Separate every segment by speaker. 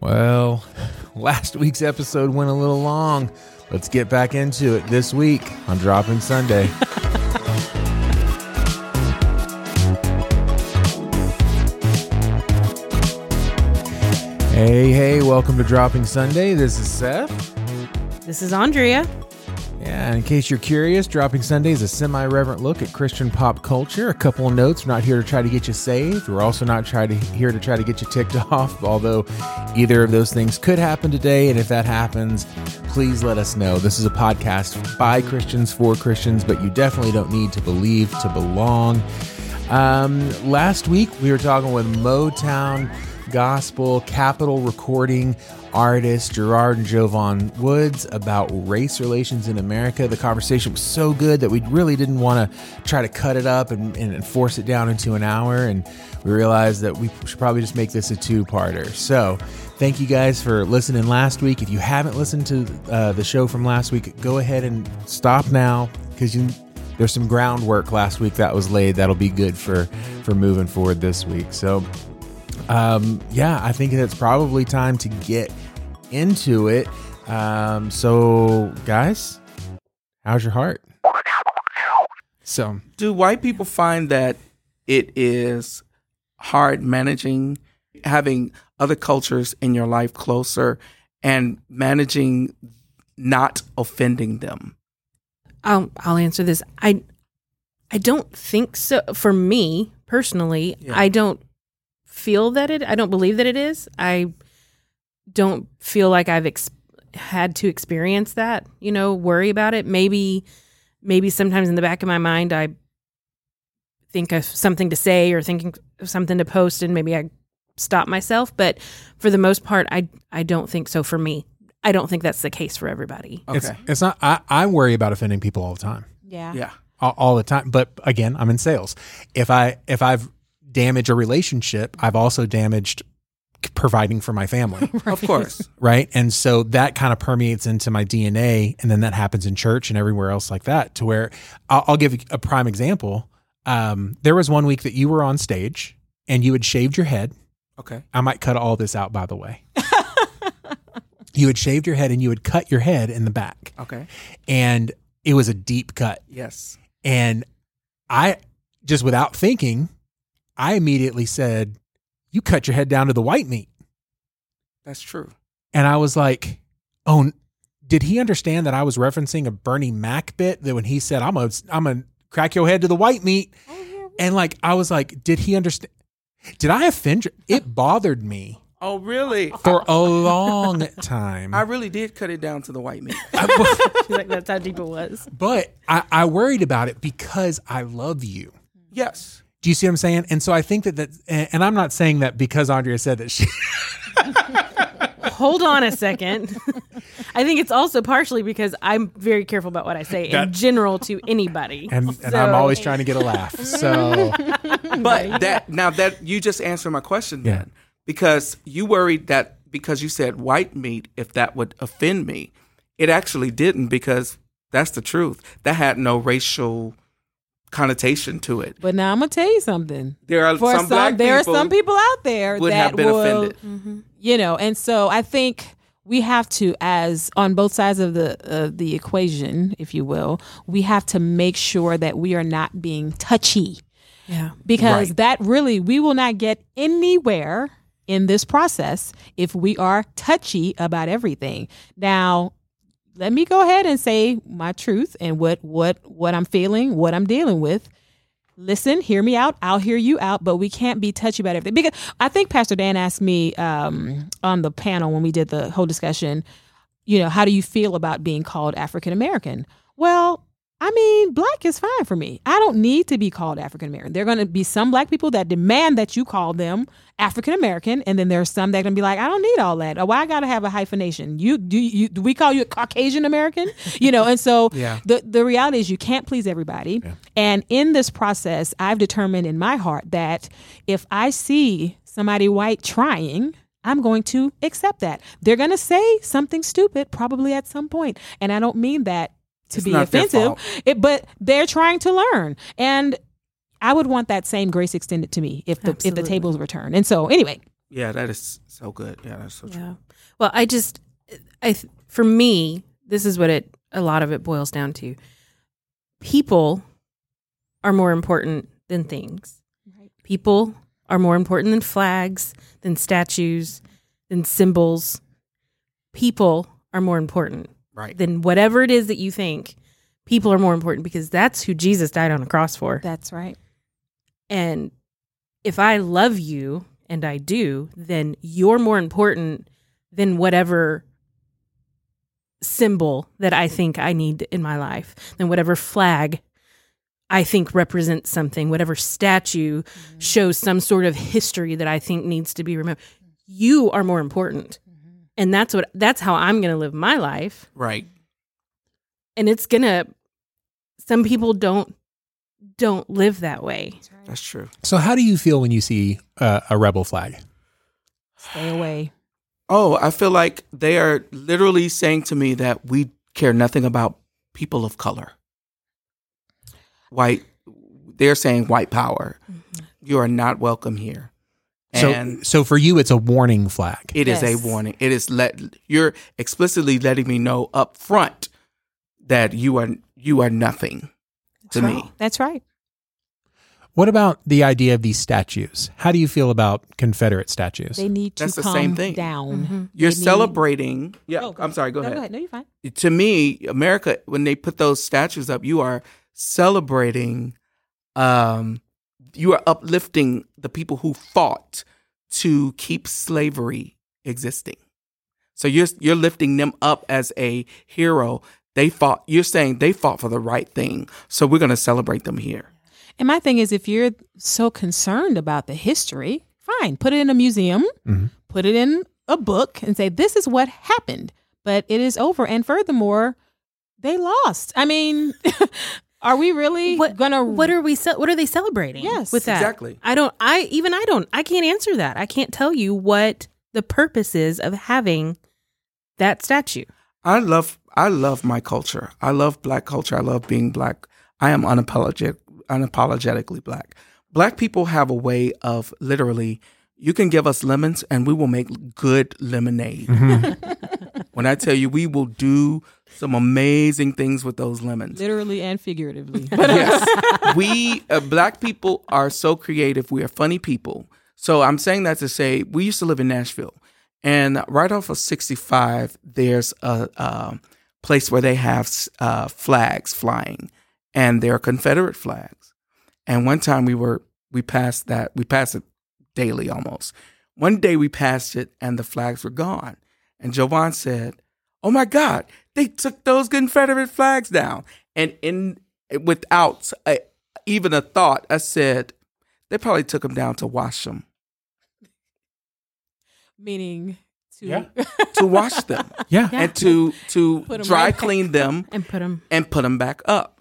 Speaker 1: Well, last week's episode went a little long. Let's get back into it this week on Dropping Sunday. hey, hey, welcome to Dropping Sunday. This is Seth.
Speaker 2: This is Andrea.
Speaker 1: Yeah, in case you're curious, Dropping Sunday is a semi reverent look at Christian pop culture. A couple of notes. We're not here to try to get you saved. We're also not try to, here to try to get you ticked off, although either of those things could happen today. And if that happens, please let us know. This is a podcast by Christians for Christians, but you definitely don't need to believe to belong. Um, last week, we were talking with Motown gospel capital recording artist Gerard and Jovan Woods about race relations in America. The conversation was so good that we really didn't want to try to cut it up and, and force it down into an hour. And we realized that we should probably just make this a two parter. So Thank you guys for listening last week. If you haven't listened to uh, the show from last week, go ahead and stop now because you there's some groundwork last week that was laid that'll be good for for moving forward this week. So um, yeah, I think it's probably time to get into it. Um, so guys, how's your heart? So
Speaker 3: Do white people find that it is hard managing having other cultures in your life closer and managing not offending them?
Speaker 2: I'll, I'll answer this. I I don't think so. For me personally,
Speaker 3: Yeah.
Speaker 2: I don't feel that it. I don't believe that it is. I don't feel like I've ex- had to experience that. You know, worry about it. Maybe maybe sometimes in the back of my mind, I think of something to say or thinking of something to post, and maybe I stop myself. But for the most part, I I don't think so. For me, I don't think that's the case for everybody.
Speaker 1: it's it's not. I, I worry about offending people all the time.
Speaker 3: yeah.
Speaker 1: all, all the time. But again, I'm in sales. If I if I've damaged a relationship, I've also damaged providing for my family,
Speaker 3: Of course.
Speaker 1: right? And so that kind of permeates into my DNA, and then that happens in church and everywhere else like that. To where I'll, I'll give a prime example. Um, there was one week that you were on stage and you had shaved your head.
Speaker 3: Okay.
Speaker 1: I might cut all this out, by the way. you had shaved your head and you had cut your head in the back,
Speaker 3: Okay.
Speaker 1: and it was a deep cut.
Speaker 3: Yes.
Speaker 1: And I just without thinking, I immediately said, You cut your head down to the white meat.
Speaker 3: That's true.
Speaker 1: And I was like, Oh, n- did he understand that I was referencing a Bernie Mac bit that when he said, I'm a, I'm a crack your head to the white meat? And like, I was like, Did he understand? Did I offend you? It bothered me
Speaker 3: Oh, really?
Speaker 1: for a long time.
Speaker 3: I really did cut it down to the white man.
Speaker 2: like that's how deep it was.
Speaker 1: but I, I worried about it because I love you.
Speaker 3: yes.
Speaker 1: Do you see what I'm saying? And so I think that that, and and I'm not saying that because Andrea said that she,
Speaker 2: Hold on a second. I think it's also partially because I'm very careful about what I say in general to anybody.
Speaker 1: and, and I'm always trying to get a laugh. So
Speaker 3: But that now that you just answered my question
Speaker 1: Yeah.
Speaker 3: then. Because you worried that because you said white meat, if that would offend me. It actually didn't because that's the truth. That had no racial connotation to it.
Speaker 4: But now I'm gonna tell you something.
Speaker 3: There are
Speaker 4: For
Speaker 3: some
Speaker 4: some,
Speaker 3: black
Speaker 4: there
Speaker 3: people
Speaker 4: are some people out there
Speaker 3: would
Speaker 4: that
Speaker 3: have been
Speaker 4: will,
Speaker 3: offended.
Speaker 4: you know, and so I think we have to, as on both sides of the of the equation, if you will, we have to make sure that we are not being touchy
Speaker 2: yeah.
Speaker 4: because that really we will not get anywhere in this process if we are touchy about everything. Now, let me go ahead and say my truth and what what what I'm feeling, what I'm dealing with. Listen, hear me out. I'll hear you out, but we can't be touchy about everything because I think Pastor Dan asked me um, on the panel when we did the whole discussion. You know, how do you feel about being called African American? Well, I mean, black is fine for me. I don't need to be called African American. There are going to be some black people that demand that you call them African American, and then there are some that are going to be like, I don't need all that. Why I got to have a hyphenation? You do you do we call you a Caucasian American? You know, and so the the reality is you can't please everybody. And in this process, I've determined in my heart that if I see somebody white trying, I'm going to accept that. They're going to say something stupid probably at some point, and I don't mean that to
Speaker 3: It's
Speaker 4: be
Speaker 3: not their
Speaker 4: offensive
Speaker 3: fault.
Speaker 4: it, but they're trying to learn and i would want that same grace extended to me if the if the
Speaker 2: Absolutely.
Speaker 4: tables were turned and so anyway
Speaker 3: Yeah, that is so good. Yeah, that's so true.
Speaker 2: Yeah. Well, I just, I th- for me, this is what it a lot of it boils down to. People are more important than things.
Speaker 4: Right.
Speaker 2: People are more important than flags, than statues, than symbols. People are more important
Speaker 3: Right.
Speaker 2: than whatever it is that you think. People are more important because that's who Jesus died on a cross for.
Speaker 4: That's right.
Speaker 2: And if I love you and I do, then you're more important than whatever symbol that I think I need in my life, than whatever flag I think represents something, whatever statue shows some sort of history that I think needs to be remembered. You are more important. And that's what that's how I'm going to live my life
Speaker 3: Right.
Speaker 4: Mm-hmm.
Speaker 2: and it's gonna some people don't don't live that way
Speaker 3: That's true.
Speaker 1: So, how do you feel when you see uh, a rebel flag?
Speaker 4: Stay away.
Speaker 3: Oh, I feel like they are literally saying to me that we care nothing about people of color. White, they're saying white power.
Speaker 4: Mm-hmm.
Speaker 3: You are not welcome here. And
Speaker 1: so, so for you, it's a warning flag.
Speaker 3: it is
Speaker 4: Yes.
Speaker 3: a warning. It is let you're explicitly letting me know up front that you are you are nothing to me.
Speaker 4: That's right.
Speaker 1: what about the idea of these statues? How do you feel about Confederate statues?
Speaker 4: They need to
Speaker 3: That's the
Speaker 4: calm
Speaker 3: same thing.
Speaker 4: down.
Speaker 3: You're
Speaker 4: They need-
Speaker 3: celebrating. Yeah,
Speaker 4: Oh, go
Speaker 3: I'm sorry. Go
Speaker 4: No,
Speaker 3: ahead.
Speaker 4: go ahead. No, you're fine.
Speaker 3: to me, America, when they put those statues up, you are celebrating, um, you are uplifting the people who fought to keep slavery existing. So you're you're lifting them up as a hero. They fought. You're saying they fought for the right thing. So we're going to celebrate them here.
Speaker 4: And my thing is, if you're so concerned about the history, fine, put it in a museum,
Speaker 3: Mm-hmm.
Speaker 1: Mhm.
Speaker 4: put it in a book, and say, this is what happened, but it is over. And furthermore, they lost. I mean, are we really
Speaker 2: what
Speaker 4: gonna.
Speaker 2: what are we ce- what are they celebrating
Speaker 4: Yes.
Speaker 2: with that
Speaker 3: Exactly.
Speaker 2: i don't i even i don't i can't answer that i can't tell you what the purpose is of having that statue
Speaker 3: I love I love my culture. I love black culture. I love being black. I am unapologetic unapologetically black. Black people have a way of literally you can give us lemons and we will make good lemonade. when I tell you we will do some amazing things with those lemons.
Speaker 4: literally and figuratively?
Speaker 3: yes. We uh, black people are so creative. We are funny people. So I'm saying that to say we used to live in Nashville, and right off of 65, there's a, um place where they have uh, flags flying, and they're Confederate flags. And one time we were we passed that we passed it daily almost. One day we passed it and the flags were gone. And Jovan said, "Oh my God, they took those Confederate flags down." And in without a, even a thought, I said, "They probably took them down to wash them,
Speaker 4: Meaning to.
Speaker 1: Yeah.
Speaker 3: to wash them,
Speaker 1: yeah.
Speaker 3: and to to
Speaker 4: Put 'em
Speaker 3: dry
Speaker 4: right back
Speaker 3: clean them
Speaker 2: and put them
Speaker 3: and put them back up."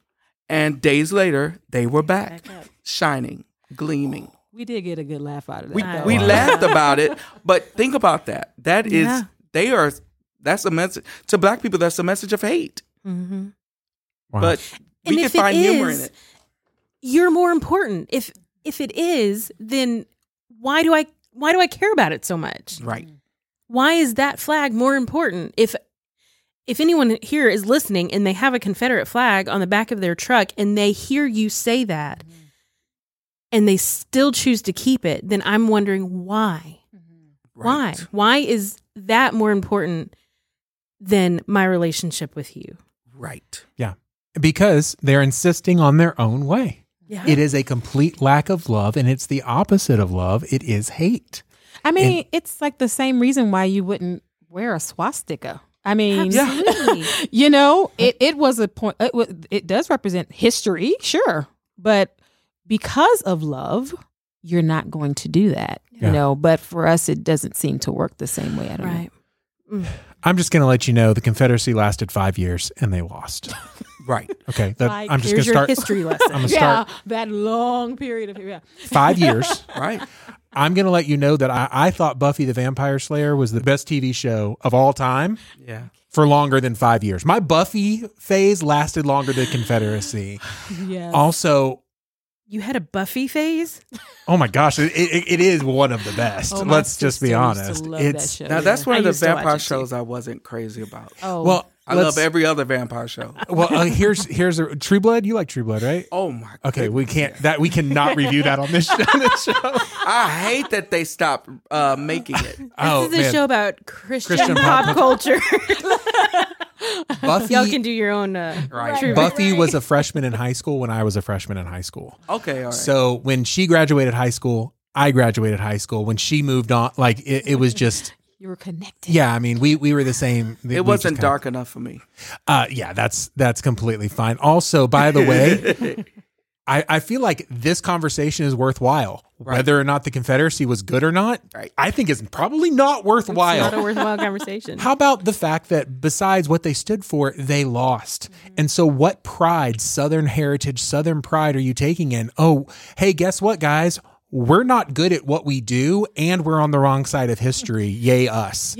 Speaker 3: And days later, they were back, shining, gleaming.
Speaker 4: We did get a good laugh out of that.
Speaker 3: We
Speaker 2: Wow.
Speaker 4: though.
Speaker 3: we
Speaker 1: Wow.
Speaker 3: laughed about it, but think about that. That is
Speaker 2: Yeah.
Speaker 3: they are that's a message to black people. That's a message of hate,
Speaker 2: mm-hmm.
Speaker 1: Wow.
Speaker 3: but
Speaker 2: And
Speaker 3: we can
Speaker 2: if it
Speaker 3: find humor in
Speaker 2: is-
Speaker 3: it.
Speaker 2: you're more important if if it is then why do i why do i care about it so much
Speaker 3: Right,
Speaker 2: why is that flag more important if if anyone here is listening and they have a confederate flag on the back of their truck and they hear you say that and they still choose to keep it then i'm wondering why why
Speaker 3: right,
Speaker 2: why is that more important than my relationship with you
Speaker 3: right.
Speaker 1: because they're insisting on their own way.
Speaker 2: yeah
Speaker 1: It is a complete lack of love, and it's the opposite of love. It is hate.
Speaker 4: I mean, it's like the same reason why you wouldn't wear a swastika. I mean,
Speaker 2: Absolutely.
Speaker 4: you know, it, it was a point. It, wa- it does represent history, sure, but because of love, you're not going to do that.
Speaker 1: Yeah.
Speaker 4: You know, but for us, it doesn't seem to work the same way. I don't know.
Speaker 2: right
Speaker 1: I'm just going to let you know the Confederacy lasted five years and they lost.
Speaker 3: Right.
Speaker 1: Okay, that,
Speaker 4: Like,
Speaker 1: I'm just going
Speaker 2: here's
Speaker 1: to
Speaker 2: your
Speaker 1: start.
Speaker 2: history lesson
Speaker 1: I'm going to
Speaker 4: Yeah,
Speaker 1: start
Speaker 4: that long period of yeah.
Speaker 1: five years.
Speaker 3: Right.
Speaker 1: I'm going to let you know that I, I thought Buffy the Vampire Slayer was the best TV show of all time
Speaker 3: Yeah.
Speaker 1: for longer than five years. My Buffy phase lasted longer than Confederacy.
Speaker 4: Yes.
Speaker 1: Also,
Speaker 2: You had a Buffy phase?
Speaker 1: Oh my gosh, it, it, it is one of the best.
Speaker 4: Oh, my
Speaker 1: Let's just be
Speaker 4: sister used to
Speaker 1: honest.
Speaker 4: love that
Speaker 1: It's
Speaker 4: show,
Speaker 3: Now
Speaker 4: yeah.
Speaker 3: that's one
Speaker 2: I
Speaker 3: of the
Speaker 2: used to watch
Speaker 3: vampire
Speaker 2: it, too.
Speaker 3: shows I wasn't crazy about.
Speaker 4: Oh,
Speaker 1: well.
Speaker 3: I
Speaker 1: let's-
Speaker 3: love every other vampire show.
Speaker 1: Well, uh, here's here's a True Blood. You like True Blood, right?
Speaker 3: Oh my.
Speaker 1: Okay,
Speaker 3: goodness.
Speaker 1: we can't that we cannot review that on this show. This show.
Speaker 3: I hate that they stopped uh, making it.
Speaker 1: Oh
Speaker 2: this is a
Speaker 1: man,
Speaker 2: show about Christian,
Speaker 1: Christian
Speaker 2: pop,
Speaker 1: pop
Speaker 2: culture.
Speaker 1: Buffy.
Speaker 2: Y'all can do your own. Uh,
Speaker 3: Right.
Speaker 2: true-
Speaker 1: Buffy was a freshman in high school when I was a freshman in high school.
Speaker 3: Okay. All right.
Speaker 1: So when she graduated high school, I graduated high school. When she moved on, like it, it was just
Speaker 4: you were connected.
Speaker 1: yeah. I mean, we we were the same. We
Speaker 3: it
Speaker 1: just
Speaker 3: wasn't
Speaker 1: kinda-
Speaker 3: dark enough for me.
Speaker 1: Uh, yeah, that's that's completely fine. Also, by the way, I, I feel like this conversation is worthwhile, whether or not the Confederacy was good or not.
Speaker 3: Right.
Speaker 1: I think it's probably not worthwhile.
Speaker 2: Not a worthwhile conversation.
Speaker 1: How about the fact that besides what they stood for, they lost?
Speaker 3: Mm-hmm.
Speaker 1: And so, what pride, Southern heritage, Southern pride are you taking in? Oh, hey, guess what, guys? We're not good at what we do, and we're on the wrong side of history. Yay, us.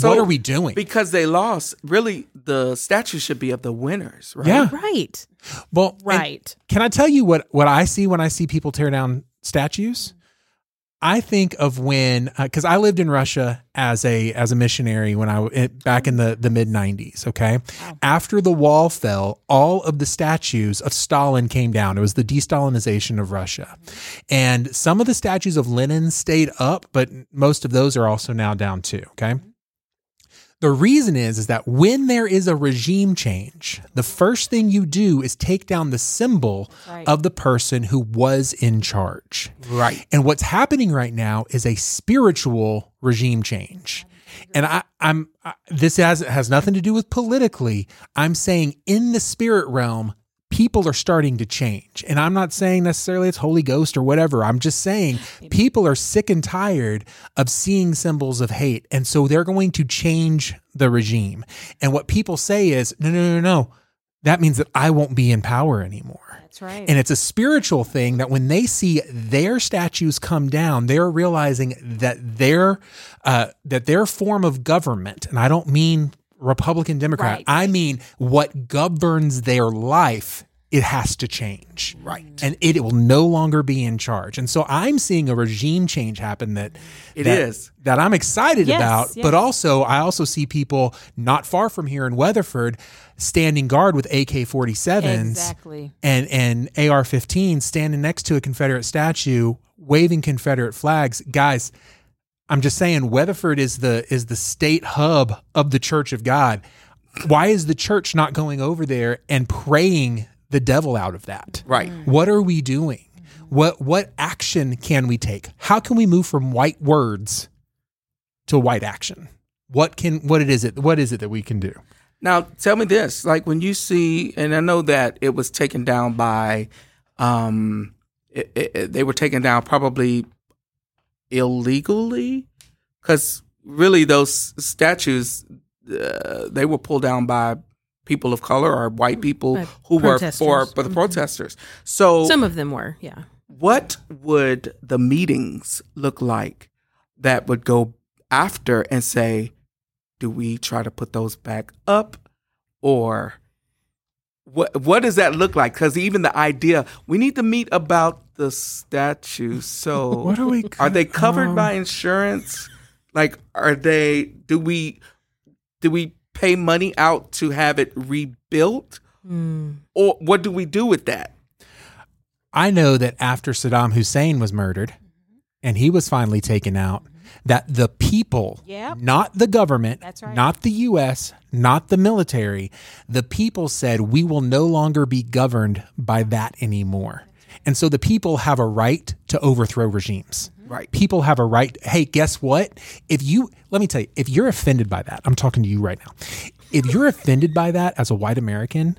Speaker 1: what are we doing?
Speaker 3: Because they lost. Really, the statue should be of the winners, right?
Speaker 1: yeah.
Speaker 2: Right.
Speaker 1: Well, and
Speaker 2: Right.
Speaker 1: can I tell you what, what I see when I see people tear down statues? I think of when, because I lived in Russia as a as a missionary when I w- it- back in the the mid '90s. Okay, after the wall fell, all of the statues of Stalin came down. It was the de-Stalinization of Russia, and some of the statues of Lenin stayed up, but most of those are also now down too. Okay, the reason is is that when there is a regime change, the first thing you do is take down the symbol
Speaker 4: right.
Speaker 1: of the person who was in charge.
Speaker 3: Right.
Speaker 1: And what's happening right now is a spiritual regime change. And I, I'm I, this has has nothing to do with politically. I'm saying in the spirit realm, people are starting to change. And I'm not saying necessarily it's Holy Ghost or whatever. I'm just saying people are sick and tired of seeing symbols of hate, and so they're going to change the regime. And what people say is, no, no, no, no. That means that I won't be in power anymore.
Speaker 4: That's right.
Speaker 1: And it's a spiritual thing that when they see their statues come down, they're realizing that their uh, that their form of government, and I don't mean Republican Democrat,
Speaker 4: Right.
Speaker 1: I mean what governs their life. It has to change. Right. And it, will no longer be in charge. And so I'm seeing a regime change happen that
Speaker 3: It
Speaker 1: it is
Speaker 3: is.
Speaker 1: that I'm excited
Speaker 4: Yes,
Speaker 1: about,
Speaker 4: yes.
Speaker 1: but also I also see people not far from here in Weatherford standing guard with AK-47s
Speaker 4: exactly.
Speaker 1: and and AR-15 standing next to a Confederate statue waving Confederate flags. Guys, I'm just saying Weatherford is the is the state hub of the Church of God. Why is the church not going over there and praying the devil out of that?
Speaker 3: Right.
Speaker 1: What are we doing? What what action can we take? How can we move from white words to white action? What can what it is it what is it that we can do?
Speaker 3: Now, tell me this: like when you see, and I know that it was taken down by, um, it, it, it- they were taken down probably illegally, because really those statues, uh, they were pulled down by people of color or white people
Speaker 2: Mm, By
Speaker 3: who were for
Speaker 2: protesters. Mm-hmm.
Speaker 3: for the protesters. So
Speaker 2: Some of them were. Yeah.
Speaker 3: what would the meetings look like that would go after and say, do we try to put those back up or what what does that look like? Because even the idea, we need to meet about the statue. So
Speaker 1: What are we
Speaker 3: are they covered
Speaker 1: um,
Speaker 3: by insurance? Like are they do we do we pay money out to have it rebuilt?
Speaker 2: Hmm.
Speaker 3: Or what do we do with that?
Speaker 1: I know that after Saddam Hussein was murdered and he was finally taken out, that the people,
Speaker 4: Yep.
Speaker 1: not the government,
Speaker 4: That's right.
Speaker 1: not the US, not the military, the people said, we will no longer be governed by that anymore. And so the people have a right to overthrow regimes.
Speaker 3: Right.
Speaker 1: People have a right. Hey, guess what? If you, let me tell you, if you're offended by that, I'm talking to you right now. If you're offended by that as a white American,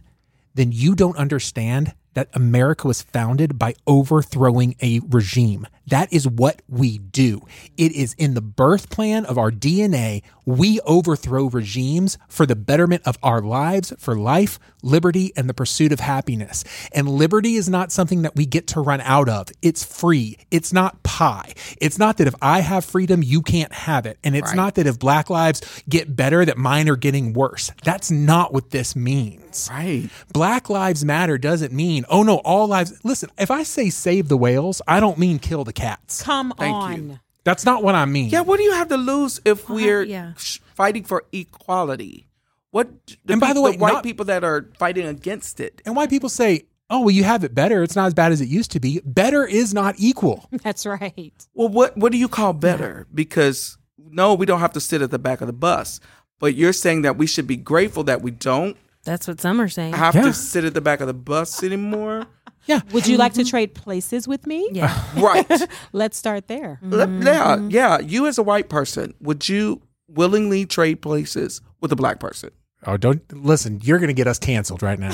Speaker 1: then you don't understand that America was founded by overthrowing a regime. That is what we do. It is in the birth plan of our DNA. We overthrow regimes for the betterment of our lives, for life, liberty and the pursuit of happiness. And liberty is not something that we get to run out of. It's free. It's not pie. It's not that if I have freedom, you can't have it. And it's
Speaker 3: Right.
Speaker 1: not that if black lives get better, that mine are getting worse. That's not what this means.
Speaker 3: Right.
Speaker 1: Black Lives Matter doesn't mean, oh no, all lives. Listen, if I say save the whales, I don't mean kill the cats.
Speaker 4: Come
Speaker 3: Thank
Speaker 4: on.
Speaker 3: you.
Speaker 1: That's not what I mean.
Speaker 3: Yeah, what do you have to lose if we're
Speaker 2: yeah.
Speaker 3: sh- fighting for equality? What the
Speaker 1: And by the
Speaker 3: peop-
Speaker 1: way,
Speaker 3: white
Speaker 1: not-
Speaker 3: people that are fighting against it.
Speaker 1: And why people say, oh, well, you have it better. It's not as bad as it used to be. Better is not equal.
Speaker 4: That's right.
Speaker 3: Well, what what do you call better? Because no, we don't have to sit at the back of the bus. But you're saying that we should be grateful that we don't
Speaker 2: That's what some are saying.
Speaker 3: have
Speaker 1: Yeah.
Speaker 3: to sit at the back of the bus anymore.
Speaker 1: Yeah.
Speaker 4: Would you like to trade places with me?
Speaker 2: yeah.
Speaker 3: right.
Speaker 4: Let's start there.
Speaker 3: Let- Yeah, yeah. You as a white person, would you willingly trade places with a black person?
Speaker 1: Oh, don't listen. You're going to get us canceled right now.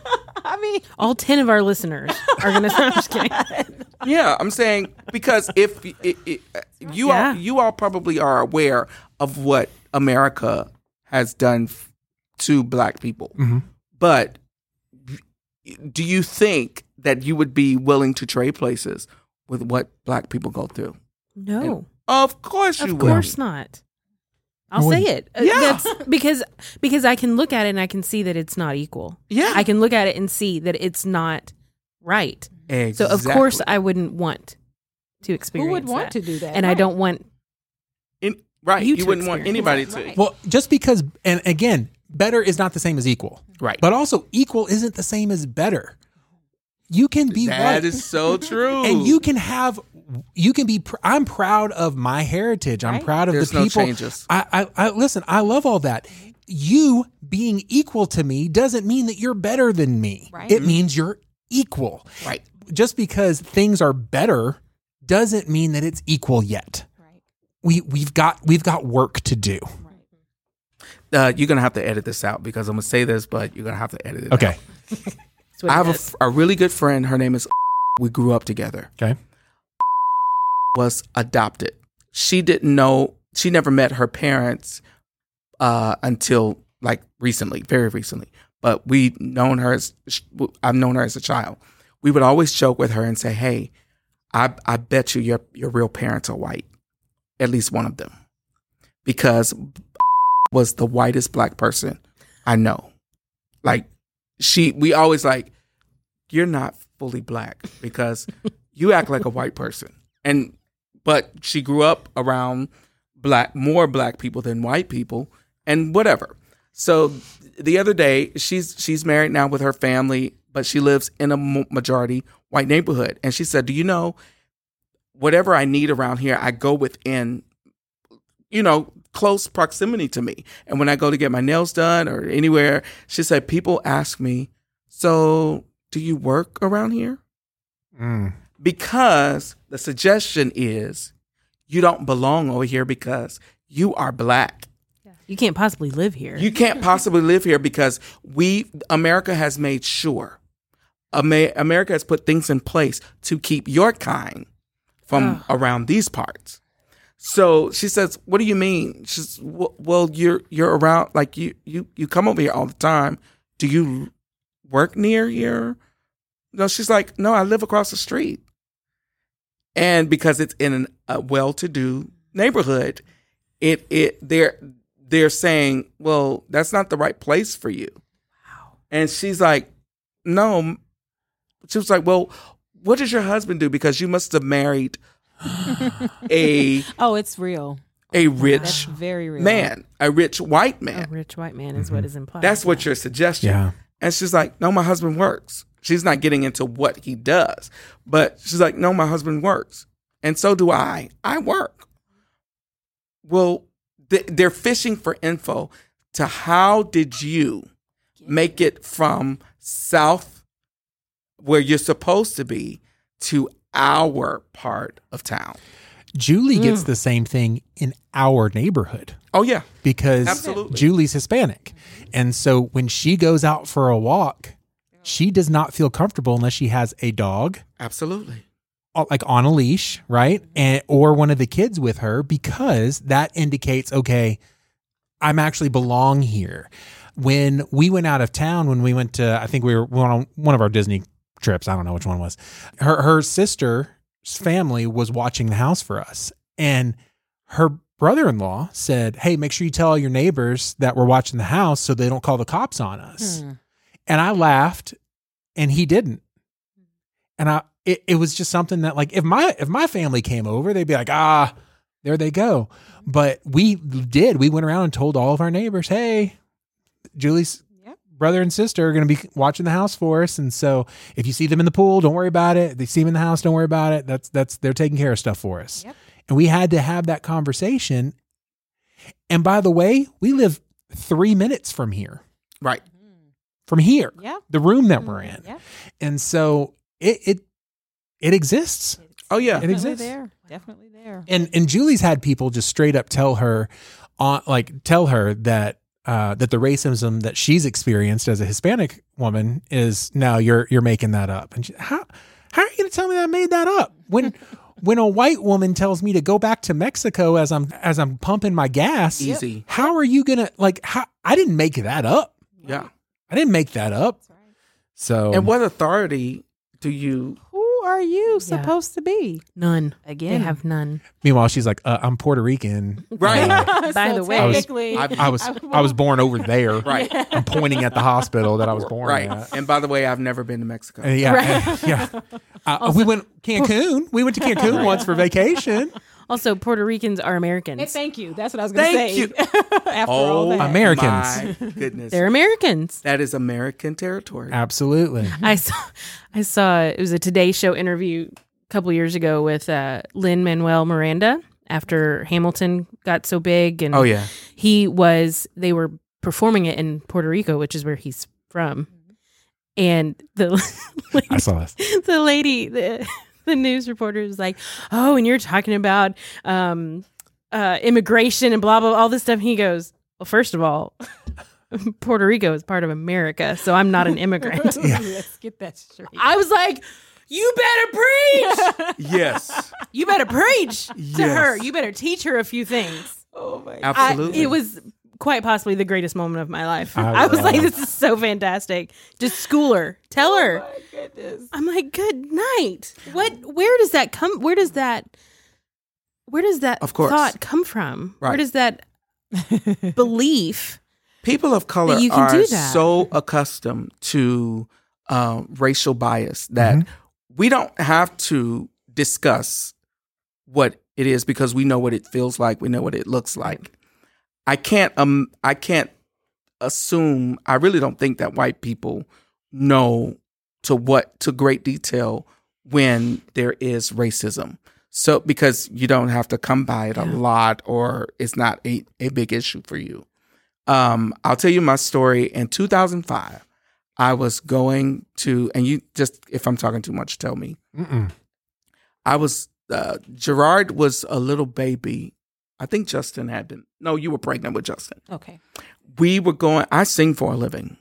Speaker 4: I mean,
Speaker 2: All 10 of our listeners are going to. I'm just kidding.
Speaker 3: Yeah, I'm saying because if it, it, you
Speaker 2: Yeah.
Speaker 3: all you all probably are aware of what America has done f- to black people, but do you think that you would be willing to trade places with what black people go through?
Speaker 2: No,
Speaker 3: Of course you
Speaker 2: of
Speaker 3: would.
Speaker 2: course not. I'll say it. Uh,
Speaker 3: Yeah.
Speaker 2: That's because because I can look at it and I can see that it's not equal.
Speaker 3: Yeah.
Speaker 2: I can look at it and see that it's not right.
Speaker 3: Exactly.
Speaker 2: So of course I wouldn't want to experience
Speaker 4: who would
Speaker 2: that.
Speaker 4: want to do that?
Speaker 2: And I don't want
Speaker 3: In- right,
Speaker 2: You
Speaker 3: you,
Speaker 2: to
Speaker 3: wouldn't want
Speaker 2: experience
Speaker 3: anybody
Speaker 4: it.
Speaker 3: to.
Speaker 4: Right.
Speaker 1: well, just because, and again, better is not the same as equal.
Speaker 3: Right.
Speaker 1: But also, equal isn't the same as better. You can be
Speaker 3: That
Speaker 1: white.
Speaker 3: is so true.
Speaker 1: and you can have you can be pr- i'm proud of my heritage i'm
Speaker 4: Right.
Speaker 1: proud of
Speaker 3: There's
Speaker 1: the
Speaker 3: no
Speaker 1: people
Speaker 3: changes.
Speaker 1: I, I i listen i love all that you being equal to me doesn't mean that you're better than me
Speaker 4: Right.
Speaker 3: Mm-hmm.
Speaker 1: it means you're equal
Speaker 3: right.
Speaker 1: just because things are better doesn't mean that it's equal yet
Speaker 4: Right,
Speaker 1: we we've got we've got work to do
Speaker 4: right.
Speaker 3: Uh, you're gonna have to edit this out because I'm gonna say this, but you're gonna have to edit it. out.
Speaker 1: okay
Speaker 2: that's what
Speaker 3: I
Speaker 2: it
Speaker 3: have a,
Speaker 2: is.
Speaker 3: f- a really good friend. Her name is. We grew up together.
Speaker 1: okay
Speaker 3: Was adopted. She didn't know. She never met her parents uh, until like recently, very recently. But we known her as sh- I've known her as a child. We would always joke with her and say, "Hey, I I bet you your your real parents are white, at least one of them, because was the whitest black person I know. Like she, we always like, you're not fully black because you act like a white person. And but she grew up around black, more black people than white people, and whatever. So the other day, she's she's married now with her family, but she lives in a mo- majority white neighborhood. And she said, "Do you know whatever I need around here, I go within, you know, close proximity to me. And when I go to get my nails done or anywhere, she said, people ask me, so do you work around here?
Speaker 1: Mm.
Speaker 3: Because the suggestion is you don't belong over here because you are black.
Speaker 2: you can't possibly live here.
Speaker 3: You can't possibly live here because we America has made sure Ama- America has put things in place to keep your kind from around these parts. So she says, "What do you mean?" She's, "Well, well, you're you're around like you you you come over here all the time. Do you work near here?" No, she's like, "No, I live across the street." And because it's in an, a well-to-do neighborhood, it it they're they're saying, well, that's not the right place for you. And she's like, no. m- She was like, well, what does your husband do? Because you must have married a
Speaker 4: Oh, it's real.
Speaker 3: a
Speaker 4: That's
Speaker 3: rich
Speaker 4: very real.
Speaker 3: man, a rich white
Speaker 2: a
Speaker 3: man.
Speaker 2: rich white man is what is implied.
Speaker 3: Mm-hmm. That's what your suggestion.
Speaker 1: Yeah.
Speaker 3: And she's like, no, my husband works. She's not getting into what he does, but she's like, no, my husband works. And so do I. I work. Well, th- they're fishing for info to how did you make it from south where you're supposed to be to our part of town?
Speaker 1: julie gets the same thing in our neighborhood
Speaker 3: Oh, yeah.
Speaker 1: because
Speaker 3: Absolutely.
Speaker 1: Julie's Hispanic. And so when she goes out for a walk, she does not feel comfortable unless she has a dog
Speaker 3: Absolutely.
Speaker 1: uh, like on a leash, right? And or one of the kids with her because that indicates okay, I'm actually belong here. when we went out of town, when we went to, I think we were we went on one of our Disney trips. I don't know which one it was. Her her sister's family was watching the house for us, and her brother in law said, "Hey, make sure you tell all your neighbors that we're watching the house, so they don't call the cops on
Speaker 4: Hmm.
Speaker 1: us." And I laughed, and he didn't. And I, it, it was just something that, like, if my if my family came over, they'd be like, "Ah, there they go." But we did. We went around and told all of our neighbors, "Hey, Julie's
Speaker 4: Yep.
Speaker 1: brother and sister are going to be watching the house for us." And so, if you see them in the pool, don't worry about it. If they see them in the house, don't worry about it. That's that's they're taking care of stuff for us.
Speaker 4: Yep.
Speaker 1: And we had to have that conversation. And by the way, we live three minutes from here,
Speaker 3: Right.
Speaker 4: Hmm.
Speaker 1: from here,
Speaker 4: Yeah.
Speaker 1: the room that we're in.
Speaker 4: Yeah.
Speaker 1: And so it it it exists.
Speaker 3: Oh, yeah.
Speaker 1: It exists.
Speaker 4: there. Definitely there.
Speaker 1: And and Julie's had people just straight up tell her on like tell her that uh, that the racism that she's experienced as a Hispanic woman is no, you're you're making that up. And she, how how are you going to tell me that I made that up when when a white woman tells me to go back to Mexico as I'm as I'm pumping my gas?
Speaker 3: Easy.
Speaker 1: How are you gonna like? How I didn't make that up.
Speaker 3: Yeah.
Speaker 1: I didn't make that up.
Speaker 4: That's right.
Speaker 1: So
Speaker 3: And what authority do you
Speaker 4: Who are you supposed to be?
Speaker 2: None.
Speaker 4: Again.
Speaker 2: They have none.
Speaker 1: meanwhile, she's like, uh, I'm Puerto Rican.
Speaker 3: Right.
Speaker 1: Uh,
Speaker 2: By
Speaker 4: So
Speaker 2: the way- I
Speaker 1: was-
Speaker 4: technically,
Speaker 3: I've-
Speaker 1: I was I was born over there.
Speaker 3: Right.
Speaker 1: I'm pointing at the hospital that I was born
Speaker 3: right.
Speaker 1: at.
Speaker 3: And by the way, I've never been to Mexico.
Speaker 1: Uh, yeah, yeah. Uh, we went Cancun. We went to Cancun once for vacation.
Speaker 2: Also, Puerto Ricans are Americans.
Speaker 4: Hey, thank you. That's what I was going to
Speaker 3: Thank
Speaker 4: say.
Speaker 3: you.
Speaker 4: After all that.
Speaker 1: Ameri- Americans.
Speaker 3: My Oh goodness.
Speaker 2: They're Americans.
Speaker 3: that is American territory.
Speaker 1: Absolutely.
Speaker 2: I saw, I saw it was a Today Show interview a couple years ago with uh, Lynn Manuel Miranda after Hamilton got so big, and
Speaker 3: Oh yeah.
Speaker 2: he was they were performing it in Puerto Rico, which is where he's from, and the
Speaker 1: I saw this.
Speaker 2: the lady the, the news reporter was like oh and you're talking about um uh immigration and blah blah all this stuff he goes well first of all puerto rico is part of america so i'm not an immigrant
Speaker 4: Let's get that straight.
Speaker 2: i was like you better preach
Speaker 3: Yes.
Speaker 2: you better preach to
Speaker 3: Yes.
Speaker 2: her you better teach her a few things
Speaker 4: Oh my God.
Speaker 3: Absolutely.
Speaker 2: it was quite possibly the greatest moment of my life
Speaker 1: I
Speaker 2: i, was
Speaker 1: love
Speaker 2: like
Speaker 1: it.
Speaker 2: this is so fantastic just school her tell her
Speaker 4: My goodness.
Speaker 2: I'm like, good night. What? Where does that come? Where does that? Where does that
Speaker 3: Of course.
Speaker 2: thought come from?
Speaker 3: Right.
Speaker 2: Where does that belief?
Speaker 3: People of color
Speaker 2: But you can
Speaker 3: are
Speaker 2: do that.
Speaker 3: so accustomed to um, racial bias that we don't have to discuss what it is because we know what it feels like. We know what it looks like. I can't. Um. I can't assume. I really don't think that white people know to what to great detail when there is racism. So because you don't have to come by it a lot, or it's not a, a big issue for you. Um, I'll tell you my story. In 2005, I was going to, and you just, if I'm talking too much, tell me.
Speaker 1: Mm-mm.
Speaker 3: I was uh, Gerard was a little baby. I think Justin had been. No, you were pregnant with Justin.
Speaker 4: Okay.
Speaker 3: We were going. I sing for a living.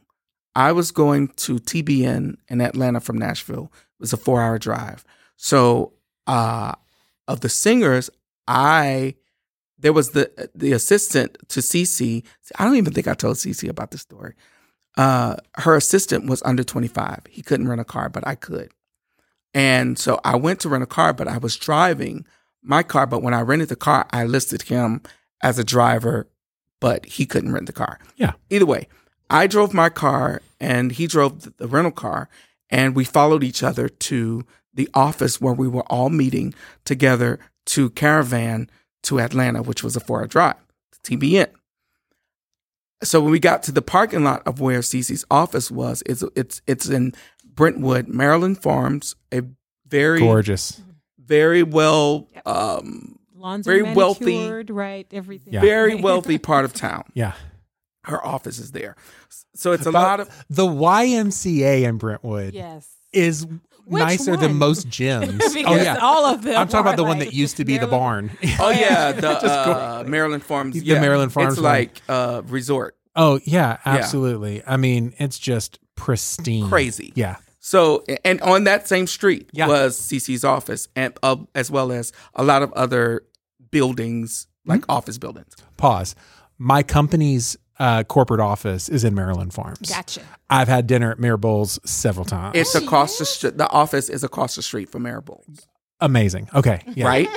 Speaker 3: I was going to TBN in Atlanta from Nashville. It was a four-hour drive. So, uh, of the singers, I there was the the assistant to Cece. I don't even think I told Cece about the story. Uh, her assistant was under 25. He couldn't rent a car, but I could. And so I went to rent a car, but I was driving my car. But when I rented the car, I listed him as a driver, but he couldn't rent the car.
Speaker 1: Yeah.
Speaker 3: Either way, I drove my car and he drove the- the rental car, and we followed each other to the office where we were all meeting together to caravan to Atlanta, which was a four hour drive, TBN. So when we got to the parking lot of where Cece's office was, it's it's it's in Brentwood, Maryland Farms, a very
Speaker 1: Gorgeous.
Speaker 3: very well um
Speaker 4: Lawns
Speaker 3: Very
Speaker 4: are
Speaker 3: wealthy.
Speaker 4: manicured, right? Everything.
Speaker 1: Yeah.
Speaker 3: very wealthy part of town.
Speaker 1: Yeah.
Speaker 3: Her office is there. So it's a
Speaker 1: But
Speaker 3: lot of
Speaker 1: The YMCA in Brentwood
Speaker 4: Yes.
Speaker 1: is
Speaker 4: Which
Speaker 1: nicer
Speaker 4: one?
Speaker 1: than most gyms.
Speaker 4: Because
Speaker 1: oh yeah.
Speaker 4: all of them.
Speaker 1: I'm talking
Speaker 4: are
Speaker 1: about the one
Speaker 4: like-
Speaker 1: that used to be the
Speaker 4: Maryland-
Speaker 1: barn.
Speaker 3: Oh yeah, the
Speaker 1: Just
Speaker 3: uh, Maryland Farms.
Speaker 1: The
Speaker 3: Yeah.
Speaker 1: Maryland Farms
Speaker 3: It's
Speaker 1: one.
Speaker 3: like uh, resort.
Speaker 1: oh yeah, absolutely. I mean, it's just pristine.
Speaker 3: Crazy.
Speaker 1: Yeah.
Speaker 3: So, and on that same street
Speaker 1: Yeah.
Speaker 3: was CC's office, and uh, as well as a lot
Speaker 1: Hmm.
Speaker 3: of other buildings, like office buildings.
Speaker 1: pause. My company's uh, corporate office is in Maryland Farms.
Speaker 4: Gotcha.
Speaker 1: I've had dinner at Mayor Bowles several times.
Speaker 3: It's across the street. The office is across the street from Maribel.
Speaker 1: amazing. Okay, yeah.
Speaker 3: right?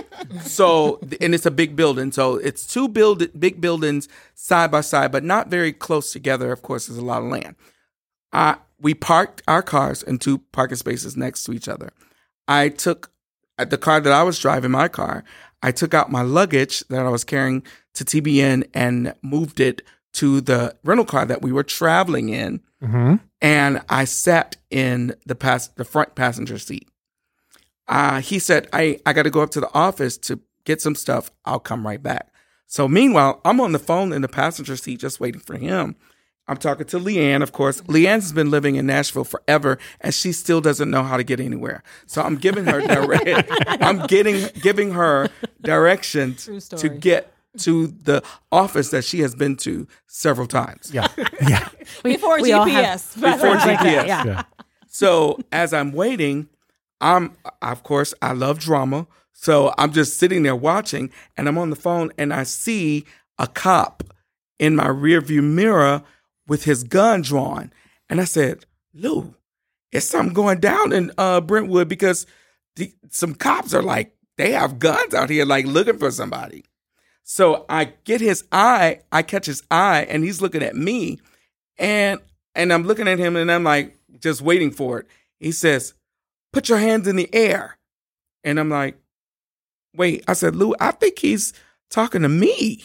Speaker 3: so, th- and it's a big building. So it's two build big buildings side by side, but not very close together. Of course, there's a lot of land. I we parked our cars in two parking spaces next to each other. I took uh, the car that I was driving, my car. I took out my luggage that I was carrying to TBN and moved it to the rental car that we were traveling in
Speaker 1: hmm
Speaker 3: and I sat in the pass the front passenger seat. Uh, he said, "I I got to go up to the office to get some stuff. I'll come right back." So meanwhile, I'm on the phone in the passenger seat, just waiting for him. I'm talking to Leanne, of course. Leanne's been living in Nashville forever, and she still doesn't know how to get anywhere. So I'm giving her direct, I'm getting giving her directions
Speaker 4: True story.
Speaker 3: to get to the office that she has been to several times.
Speaker 1: Yeah, yeah.
Speaker 4: Before
Speaker 2: we all have-
Speaker 4: GPS. by the
Speaker 3: Before
Speaker 4: way.
Speaker 3: GPS.
Speaker 4: Yeah.
Speaker 1: Yeah.
Speaker 3: So as I'm waiting, I'm of course I love drama. So I'm just sitting there watching and I'm on the phone and I see a cop in my rearview mirror with his gun drawn. And I said, Lou, it's something going down in uh, Brentwood because the, some cops are like, they have guns out here, like looking for somebody. So I get his eye, I catch his eye, and he's looking at me. And and I'm looking at him and I'm like, just waiting for it. He says, Put your hands in the air. And I'm like, Wait. I said, Lou, I think he's talking to me.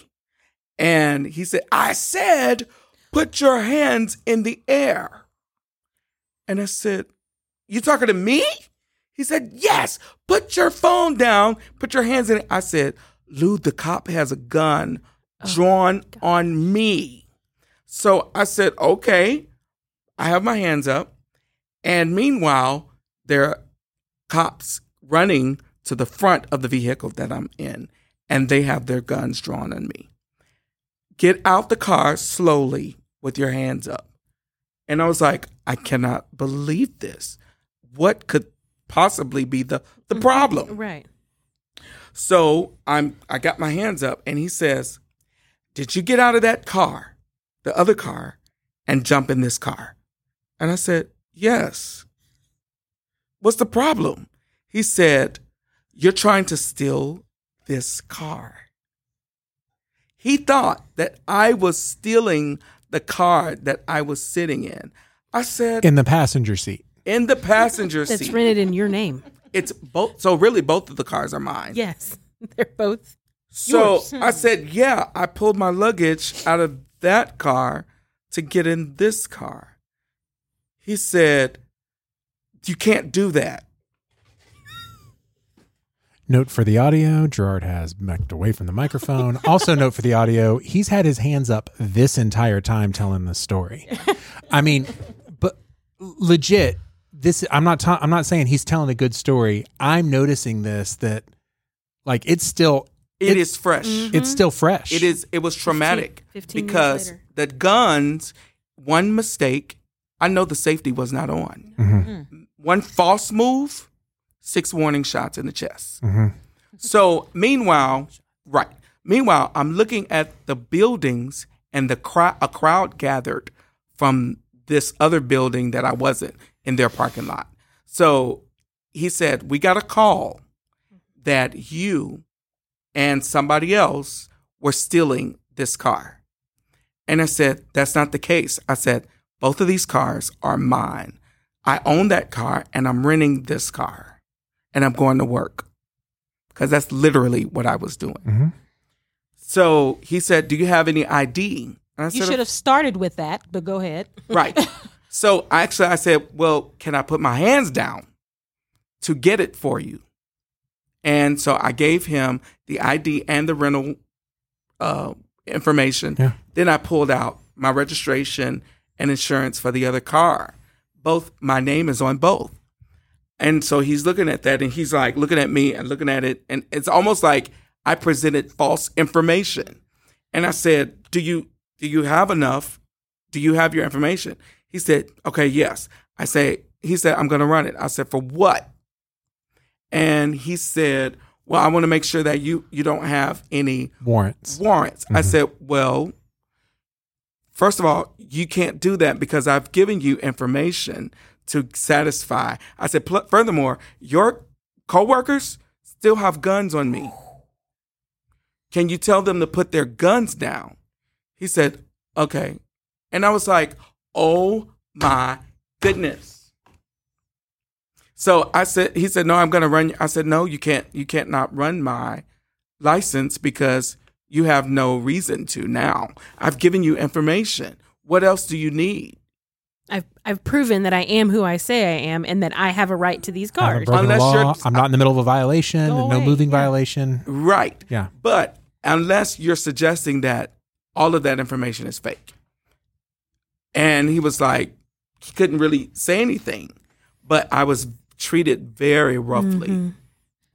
Speaker 3: And he said, I said, Put your hands in the air. And I said, You talking to me? He said, Yes, put your phone down, put your hands in it. I said, Lou, the cop has a gun drawn on me. So I said, Okay. I have my hands up. And meanwhile, there are cops running to the front of the vehicle that I'm in, and they have their guns drawn on me. Get out the car slowly with your hands up. And I was like, I cannot believe this. What could possibly be the, the problem?
Speaker 2: Right.
Speaker 3: So I'm I got my hands up and he says, Did you get out of that car, the other car, and jump in this car? And I said, Yes. What's the problem? He said, You're trying to steal this car. He thought that I was stealing the car that I was sitting in. I said, in,
Speaker 1: In the passenger seat.
Speaker 3: the passenger
Speaker 2: That's
Speaker 3: seat.
Speaker 2: rented in your name.
Speaker 3: It's both. So really, both of the cars are mine.
Speaker 2: Yes. They're both.
Speaker 3: So I said, Yeah, I pulled my luggage out of that car to get in this car. He said, You can't do that.
Speaker 1: Note for the audio: Gerard has backed away from the microphone. also, note for the audio: he's had his hands up this entire time telling the story. I mean, but legit, this I'm not. Ta- I'm not saying he's telling a good story. I'm noticing this that, like, it's still
Speaker 3: it
Speaker 1: It- Mm-hmm.
Speaker 3: is fresh.
Speaker 1: it's still fresh.
Speaker 3: It is it was traumatic
Speaker 2: 15 years
Speaker 3: because
Speaker 2: later.
Speaker 3: the guns, one mistake, I know the safety was not on. Mm-hmm. One false move, six warning shots in the chest. So meanwhile, right. Meanwhile, I'm looking at the buildings and the crowd a crowd gathered from this other building that I wasn't in their parking lot. So he said, "We got a call that you and somebody else were stealing this car." And I said, That's not the case. I said, Both of these cars are mine. I own that car and I'm renting this car and I'm going to work because that's literally what I was doing.
Speaker 1: Mhm.
Speaker 3: So he said, Do you have any ID? And I
Speaker 4: You should have started with that, but go ahead.
Speaker 3: Right. so actually, I said, Well, can I put my hands down to get it for you? And so I gave him the ID and the rental uh, information.
Speaker 1: Yeah.
Speaker 3: Then I pulled out my registration and insurance for the other car. Both, my name is on both. And so he's looking at that and he's like looking at me and looking at it. And it's almost like I presented false information. And I said, Do you do you have enough? Do you have your information? He said, Okay, yes. I say, he said, I'm gonna run it. I said, For what? And he said, Well, I want to make sure that you you don't have any
Speaker 1: warrants.
Speaker 3: warrants. I said, Well, First of all, you can't do that because I've given you information to satisfy. I said, "Pl- furthermore, your coworkers still have guns on me. Can you tell them to put their guns down? He said, okay. And I was like, oh my goodness. So I said, he said, no, I'm going to run. I said, no, you can't, you can't not run my license because you have no reason to now. I've given you information. What else do you need?
Speaker 2: I've I've proven that I am who I say I am, and that I have a right to these
Speaker 1: I haven't
Speaker 2: cars.
Speaker 1: broken the
Speaker 3: Unless
Speaker 1: law.
Speaker 3: you're-
Speaker 1: I'm not in the middle of a violation.
Speaker 4: Go
Speaker 1: no
Speaker 4: away,
Speaker 1: moving
Speaker 4: yeah.
Speaker 1: violation.
Speaker 3: Right.
Speaker 1: Yeah.
Speaker 3: But unless you're suggesting that all of that information is fake. And he was like, he couldn't really say anything, but I was treated very roughly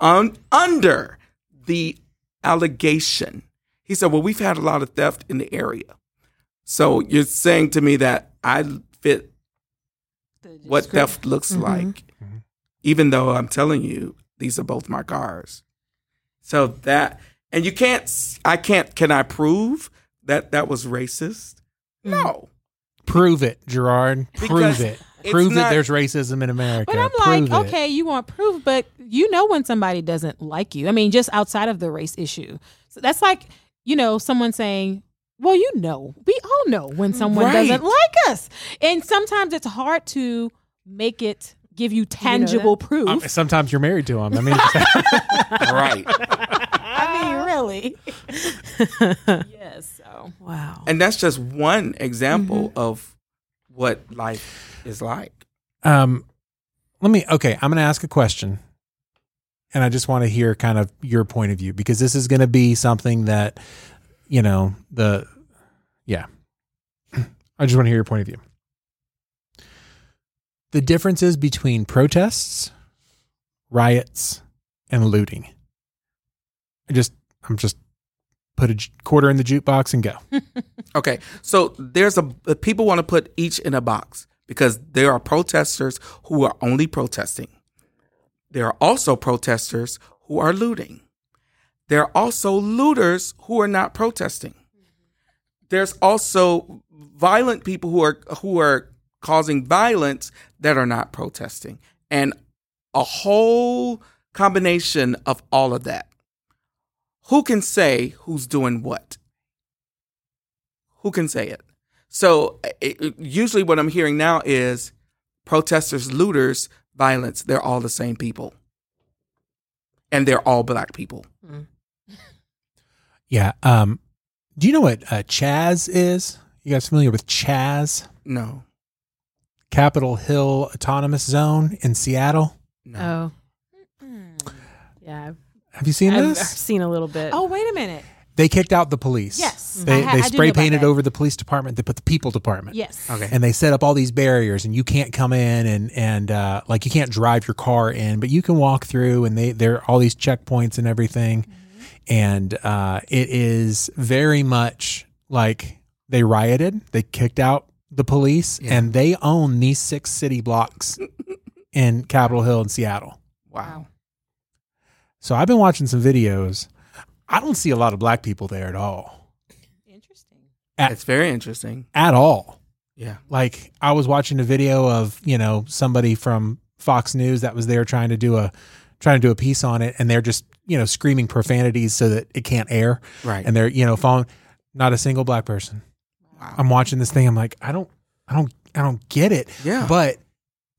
Speaker 3: un- under the allegation. He said, Well, we've had a lot of theft in the area. So you're saying to me that I fit what theft looks like, even though I'm telling you these are both my cars. So that, and you can't, s- I can't, can I prove that that was racist? No.
Speaker 1: Prove it, Gerard. Prove
Speaker 3: Because
Speaker 1: it.
Speaker 3: it's
Speaker 1: Prove that
Speaker 3: not-
Speaker 1: there's racism in America.
Speaker 4: But I'm
Speaker 1: Prove
Speaker 4: like,
Speaker 1: it.
Speaker 4: okay, you want proof, but you know when somebody doesn't like you. I mean, just outside of the race issue. So that's like, you know, someone saying, well, you know, we all know when someone
Speaker 3: Right.
Speaker 4: doesn't like us. And sometimes it's hard to make it give you tangible proof.
Speaker 1: Um, sometimes you're married to him. I mean, it's-
Speaker 3: Right.
Speaker 4: I mean, really. yes. So.
Speaker 2: Wow.
Speaker 3: and that's just one example of what life is like.
Speaker 1: um, let me. Okay, I'm going to ask a question, and I just want to hear kind of your point of view because this is going to be something that you know the yeah. I just want to hear your point of view. The differences between protests, riots, and looting. I just, I'm just put a j- quarter in the jukebox and go.
Speaker 3: Okay, so there's a uh, people want to put each in a box because there are protesters who are only protesting. There are also protesters who are looting. There are also looters who are not protesting. There's also violent people who are who are causing violence that are not protesting. And a whole combination of all of that. Who can say who's doing what? who can say it? So it, it- usually what I'm hearing now is protesters, looters, violence. They're all the same people, and they're all black people.
Speaker 1: Yeah. Um, do you know what uh, Chaz is? You guys familiar with Chaz?
Speaker 3: No,
Speaker 1: Capitol Hill Autonomous Zone in Seattle.
Speaker 3: no.
Speaker 2: Oh.
Speaker 4: Mm-hmm.
Speaker 2: Yeah.
Speaker 1: Have you seen
Speaker 2: I've, I've
Speaker 1: this?
Speaker 2: seen a little bit.
Speaker 4: Oh, wait a minute.
Speaker 1: They kicked out the police.
Speaker 4: Yes. I
Speaker 1: They,
Speaker 4: ha- I
Speaker 1: they
Speaker 4: do know
Speaker 1: spray
Speaker 4: about
Speaker 1: painted
Speaker 4: that.
Speaker 1: over Oh. the police department. They put the people department.
Speaker 4: Yes.
Speaker 3: Okay.
Speaker 1: And they set up all these barriers, and you can't come in, and and uh, like you can't drive your car in, but you can walk through, and they there are all these checkpoints and everything,
Speaker 4: Mm-hmm.
Speaker 1: and uh, it is very much like they rioted, they kicked out the police,
Speaker 3: Yeah.
Speaker 1: and they own these six city blocks in Capitol Hill and Seattle.
Speaker 3: Wow.
Speaker 1: So I've been watching some videos. I don't see a lot of black people there at all.
Speaker 4: Interesting.
Speaker 3: It's very interesting.
Speaker 1: At all.
Speaker 3: Yeah.
Speaker 1: Like I was watching a video of, you know, somebody from Fox News that was there trying to do a trying to do a piece on it and they're just, you know, screaming profanities so that it can't air.
Speaker 3: Right.
Speaker 1: And they're, you know, following not a single black person.
Speaker 3: Wow.
Speaker 1: I'm watching this thing, I'm like, I don't I don't I don't get it.
Speaker 3: yeah.
Speaker 1: But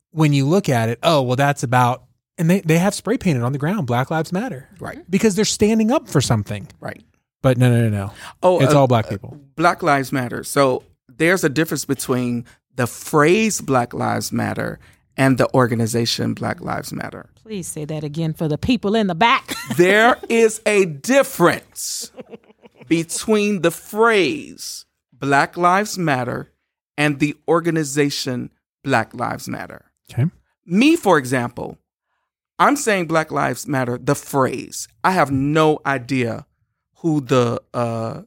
Speaker 1: when you look at it, oh well that's about and they, they have spray painted on the ground, Black Lives Matter.
Speaker 3: right.
Speaker 1: Because they're standing up for something.
Speaker 3: Right.
Speaker 1: But no no no no.
Speaker 3: Oh,
Speaker 1: it's
Speaker 3: uh,
Speaker 1: all black people.
Speaker 3: Black Lives Matter. So there's a difference between the phrase Black Lives Matter and the organization Black Lives Matter.
Speaker 4: Please say that again for the people in the back.
Speaker 3: there is a difference between the phrase Black Lives Matter and the organization Black Lives Matter.
Speaker 1: Okay.
Speaker 3: Me, for example, I'm saying Black Lives Matter, the phrase. I have no idea who the uh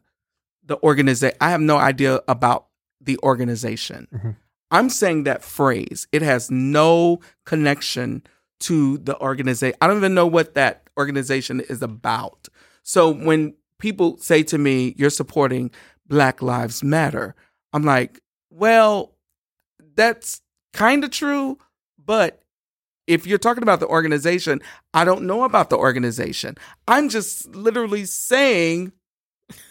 Speaker 3: the organization I have no idea about the organization.
Speaker 1: Mhm.
Speaker 3: I'm saying that phrase. It has no connection to the organization. I don't even know what that organization is about. So when people say to me, you're supporting Black Lives Matter, I'm like, well, that's kind of true, but if you're talking about the organization, I don't know about the organization. I'm just literally saying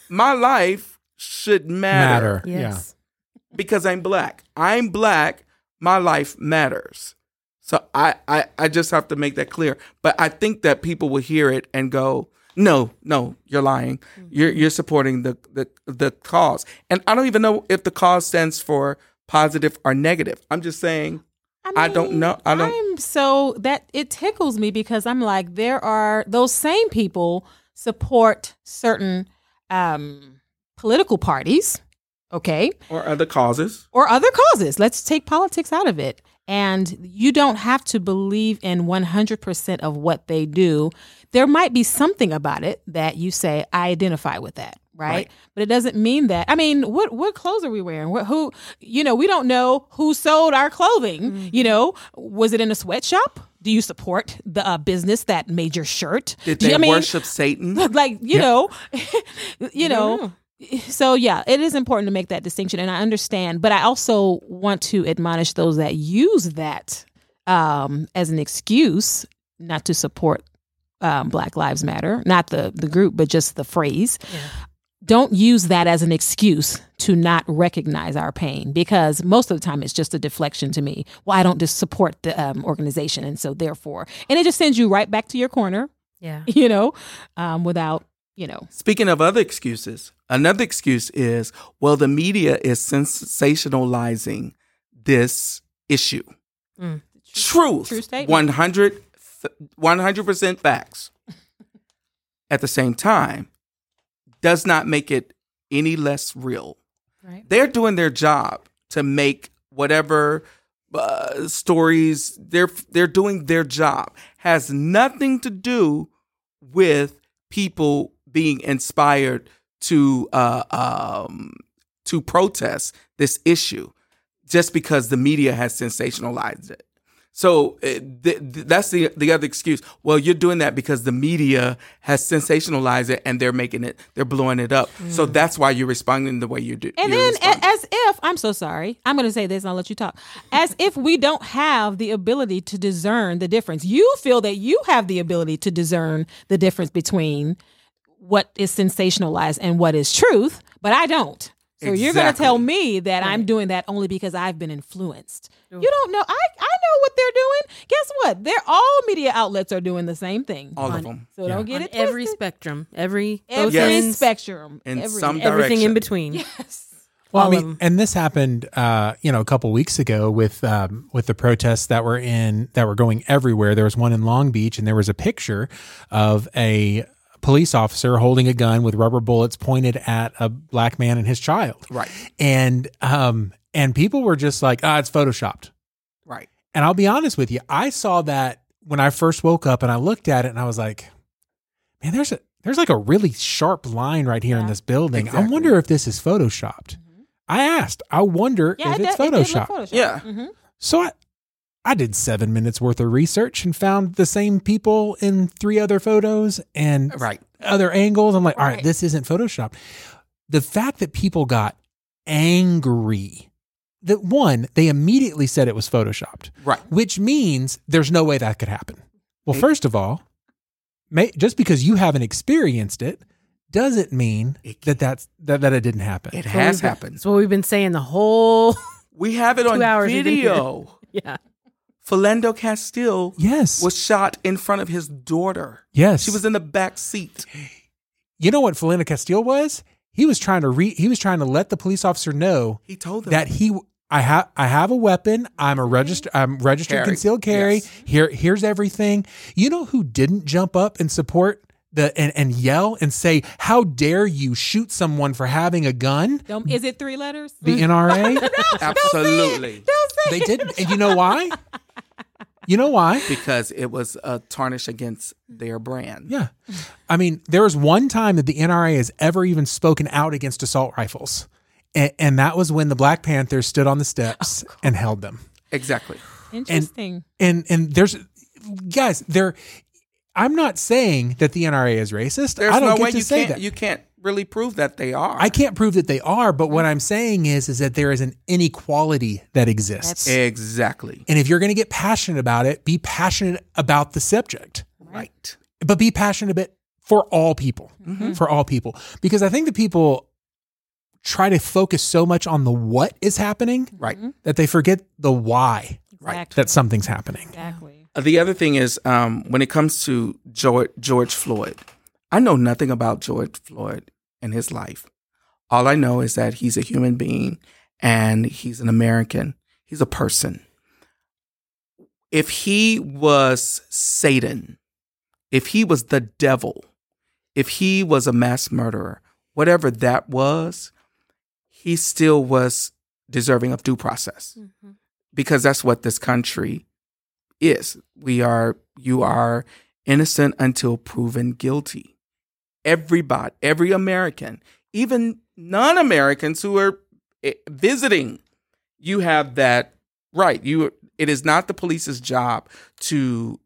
Speaker 3: my life should matter,
Speaker 1: Matter. Yeah.
Speaker 2: Yes.
Speaker 3: because I'm black. I'm black, my life matters. So I, I I just have to make that clear. But I think that people will hear it and go, "No, no, you're lying.
Speaker 4: Mm-hmm.
Speaker 3: You're you're supporting the the the cause." And I don't even know if the cause stands for positive or negative. I'm just saying I don't
Speaker 4: mean,
Speaker 3: know- I don't-
Speaker 4: I'm so that it tickles me because I'm like, there are those same people support certain um, political parties, okay,
Speaker 3: or other causes.
Speaker 4: or other causes. Let's take politics out of it. And you don't have to believe in 100% of what they do. There might be something about it that you say, I identify with that. Right?
Speaker 3: Right.
Speaker 4: but it doesn't mean that. I mean, what what clothes are we wearing? What who you know? We don't know who sold our clothing.
Speaker 3: Mm-hmm.
Speaker 4: You know, was it in a sweatshop? Do you support the uh, business that made your shirt?
Speaker 3: Did
Speaker 4: Do you-
Speaker 3: they
Speaker 4: I mean,
Speaker 3: worship Satan?
Speaker 4: like you know you
Speaker 2: don't
Speaker 4: know so yeah it is important to make that distinction and i understand but i also want to admonish those that use that um as an excuse not to support um, black lives matter not the the group but just the phrase don't use that as an excuse to not recognize our pain because most of the time it's just a deflection to me well i don't just support the um, organization and so therefore and it just sends you right back to your corner
Speaker 2: Yeah.
Speaker 4: you know, um, without, you know,
Speaker 3: Speaking of other excuses, another excuse is well, the media is sensationalizing this issue.
Speaker 2: Mm.
Speaker 3: Truth.
Speaker 4: True statement.
Speaker 3: 100, th- 100% facts. At the same time, does not make it any less real.
Speaker 4: Right.
Speaker 3: They're doing their job to make whatever uh, stories they're they're doing their job has nothing to do with people being inspired to uh, um, to protest this issue just because the media has sensationalized it. So uh, th- th- that's the the other excuse. Well, you're doing that because the media has sensationalized it and they're making it, they're blowing it up.
Speaker 2: Mm.
Speaker 3: So that's why you're responding the way you do.
Speaker 4: and
Speaker 3: you're
Speaker 4: then
Speaker 2: e-
Speaker 3: responding.
Speaker 4: a- as if I'm so sorry, I'm going to say this and I'll let you talk. As if we don't have the ability to discern the difference. You feel that you have the ability to discern the difference between what is sensationalized and what is truth, but I don't. So you're going to
Speaker 3: Exactly.
Speaker 4: tell me that I'm doing that only because I've been influenced. You don't know. I I know what they're doing. Guess what? They're all media outlets are doing the same thing.
Speaker 3: All of
Speaker 4: on-
Speaker 3: them.
Speaker 4: So don't get
Speaker 2: On
Speaker 4: it twisted.
Speaker 2: every spectrum, every, both
Speaker 4: every
Speaker 3: Yes.
Speaker 2: ends,
Speaker 4: spectrum
Speaker 3: In
Speaker 4: every-
Speaker 3: some
Speaker 4: every-
Speaker 2: everything
Speaker 3: direction.
Speaker 2: in between.
Speaker 1: Well, I
Speaker 2: All
Speaker 1: mean,
Speaker 2: of 'em.
Speaker 1: and this happened, uh, you know, a couple weeks ago with um, with the protests that were in that were going everywhere. There was one in Long Beach, and there was a picture of a police officer holding a gun with rubber bullets pointed at a black man and his child.
Speaker 3: Right.
Speaker 1: and um, and people were just like, ah, it's photoshopped.
Speaker 3: right.
Speaker 1: And I'll be honest with you, I saw that when I first woke up and I looked at it and I was like, man, there's a there's like a really sharp line right here in
Speaker 4: Yeah. Mm-hmm.
Speaker 1: this building. I
Speaker 3: Exactly.
Speaker 1: wonder if this is photoshopped. I asked. I wonder
Speaker 4: Yeah,
Speaker 1: if
Speaker 4: it,
Speaker 1: it's
Speaker 4: do- it did look
Speaker 1: photoshopped.
Speaker 4: photoshopped.
Speaker 3: Yeah.
Speaker 4: hmm
Speaker 1: so I I did 7 minutes worth of research and found the same people in three other photos and
Speaker 3: Uh, Right.
Speaker 1: other angles. I'm like, all right,
Speaker 4: Right.
Speaker 1: this isn't photoshopped. The fact that people got angry that one, they immediately said it was photoshopped
Speaker 3: Right.
Speaker 1: which means there's no way that could happen. Well, first of all, may, just because you haven't experienced it doesn't mean
Speaker 3: It
Speaker 1: that that's that, that it didn't happen.
Speaker 3: It has
Speaker 2: we've been-
Speaker 3: happened.
Speaker 2: That's what we've been saying the whole.
Speaker 3: We have it on
Speaker 2: hours we've been here.
Speaker 3: video.
Speaker 2: yeah.
Speaker 3: Philando Castile
Speaker 1: yes.
Speaker 3: was shot in front of his daughter.
Speaker 1: yes.
Speaker 3: She was in the back seat.
Speaker 1: you know what Felina Castile was? He was trying to re he was trying to let the police officer know
Speaker 3: He told them
Speaker 1: that he I have I have a weapon. I'm a register I'm registered
Speaker 3: Carry.
Speaker 1: concealed carry.
Speaker 3: Yes.
Speaker 1: Here here's everything. You know who didn't jump up and support the and, and yell and say, How dare you shoot someone for having a gun?
Speaker 4: Don't, is it three letters?
Speaker 1: The NRA?
Speaker 3: absolutely
Speaker 4: Don't say
Speaker 1: They didn't. And you know why? You know why?
Speaker 3: because it was a tarnish against their brand.
Speaker 1: Yeah. I mean, there was one time that the NRA has ever even spoken out against assault rifles. And, and that was when the Black Panthers stood on the steps and held them.
Speaker 3: Exactly.
Speaker 4: Interesting.
Speaker 1: And and there's guys, there I'm not saying that the NRA is racist.
Speaker 3: There's
Speaker 1: I don't
Speaker 3: no
Speaker 1: get
Speaker 3: way
Speaker 1: to
Speaker 3: you
Speaker 1: say
Speaker 3: can't
Speaker 1: that.
Speaker 3: you can't really prove that they are.
Speaker 1: I can't prove that they are, but what I'm saying is is that there is an inequality that exists.
Speaker 4: That's-
Speaker 3: exactly.
Speaker 1: and if you're going to get passionate about it, be passionate about the subject,
Speaker 3: Right.
Speaker 1: but be passionate about for all people,
Speaker 4: Mm-hmm.
Speaker 3: Mhm.
Speaker 1: for all people, because I think that people try to focus so much on the what is happening
Speaker 3: Right.
Speaker 1: that they forget the why
Speaker 3: Right.
Speaker 4: Mm-hmm. Exactly.
Speaker 1: that something's happening.
Speaker 4: exactly.
Speaker 3: Uh, The other thing is um, when it comes to George, George Floyd, I know nothing about George Floyd and his life. All I know is that he's a human being and he's an American. He's a person. If he was Satan, if he was the devil, if he was a mass murderer, whatever that was, he still was deserving of due process
Speaker 2: Mm-hmm.
Speaker 3: because that's what this country is. We are, you are innocent until proven guilty. Everybody, every American, even non Americans who are eh, visiting, you have that right. You, it is not the police's job to,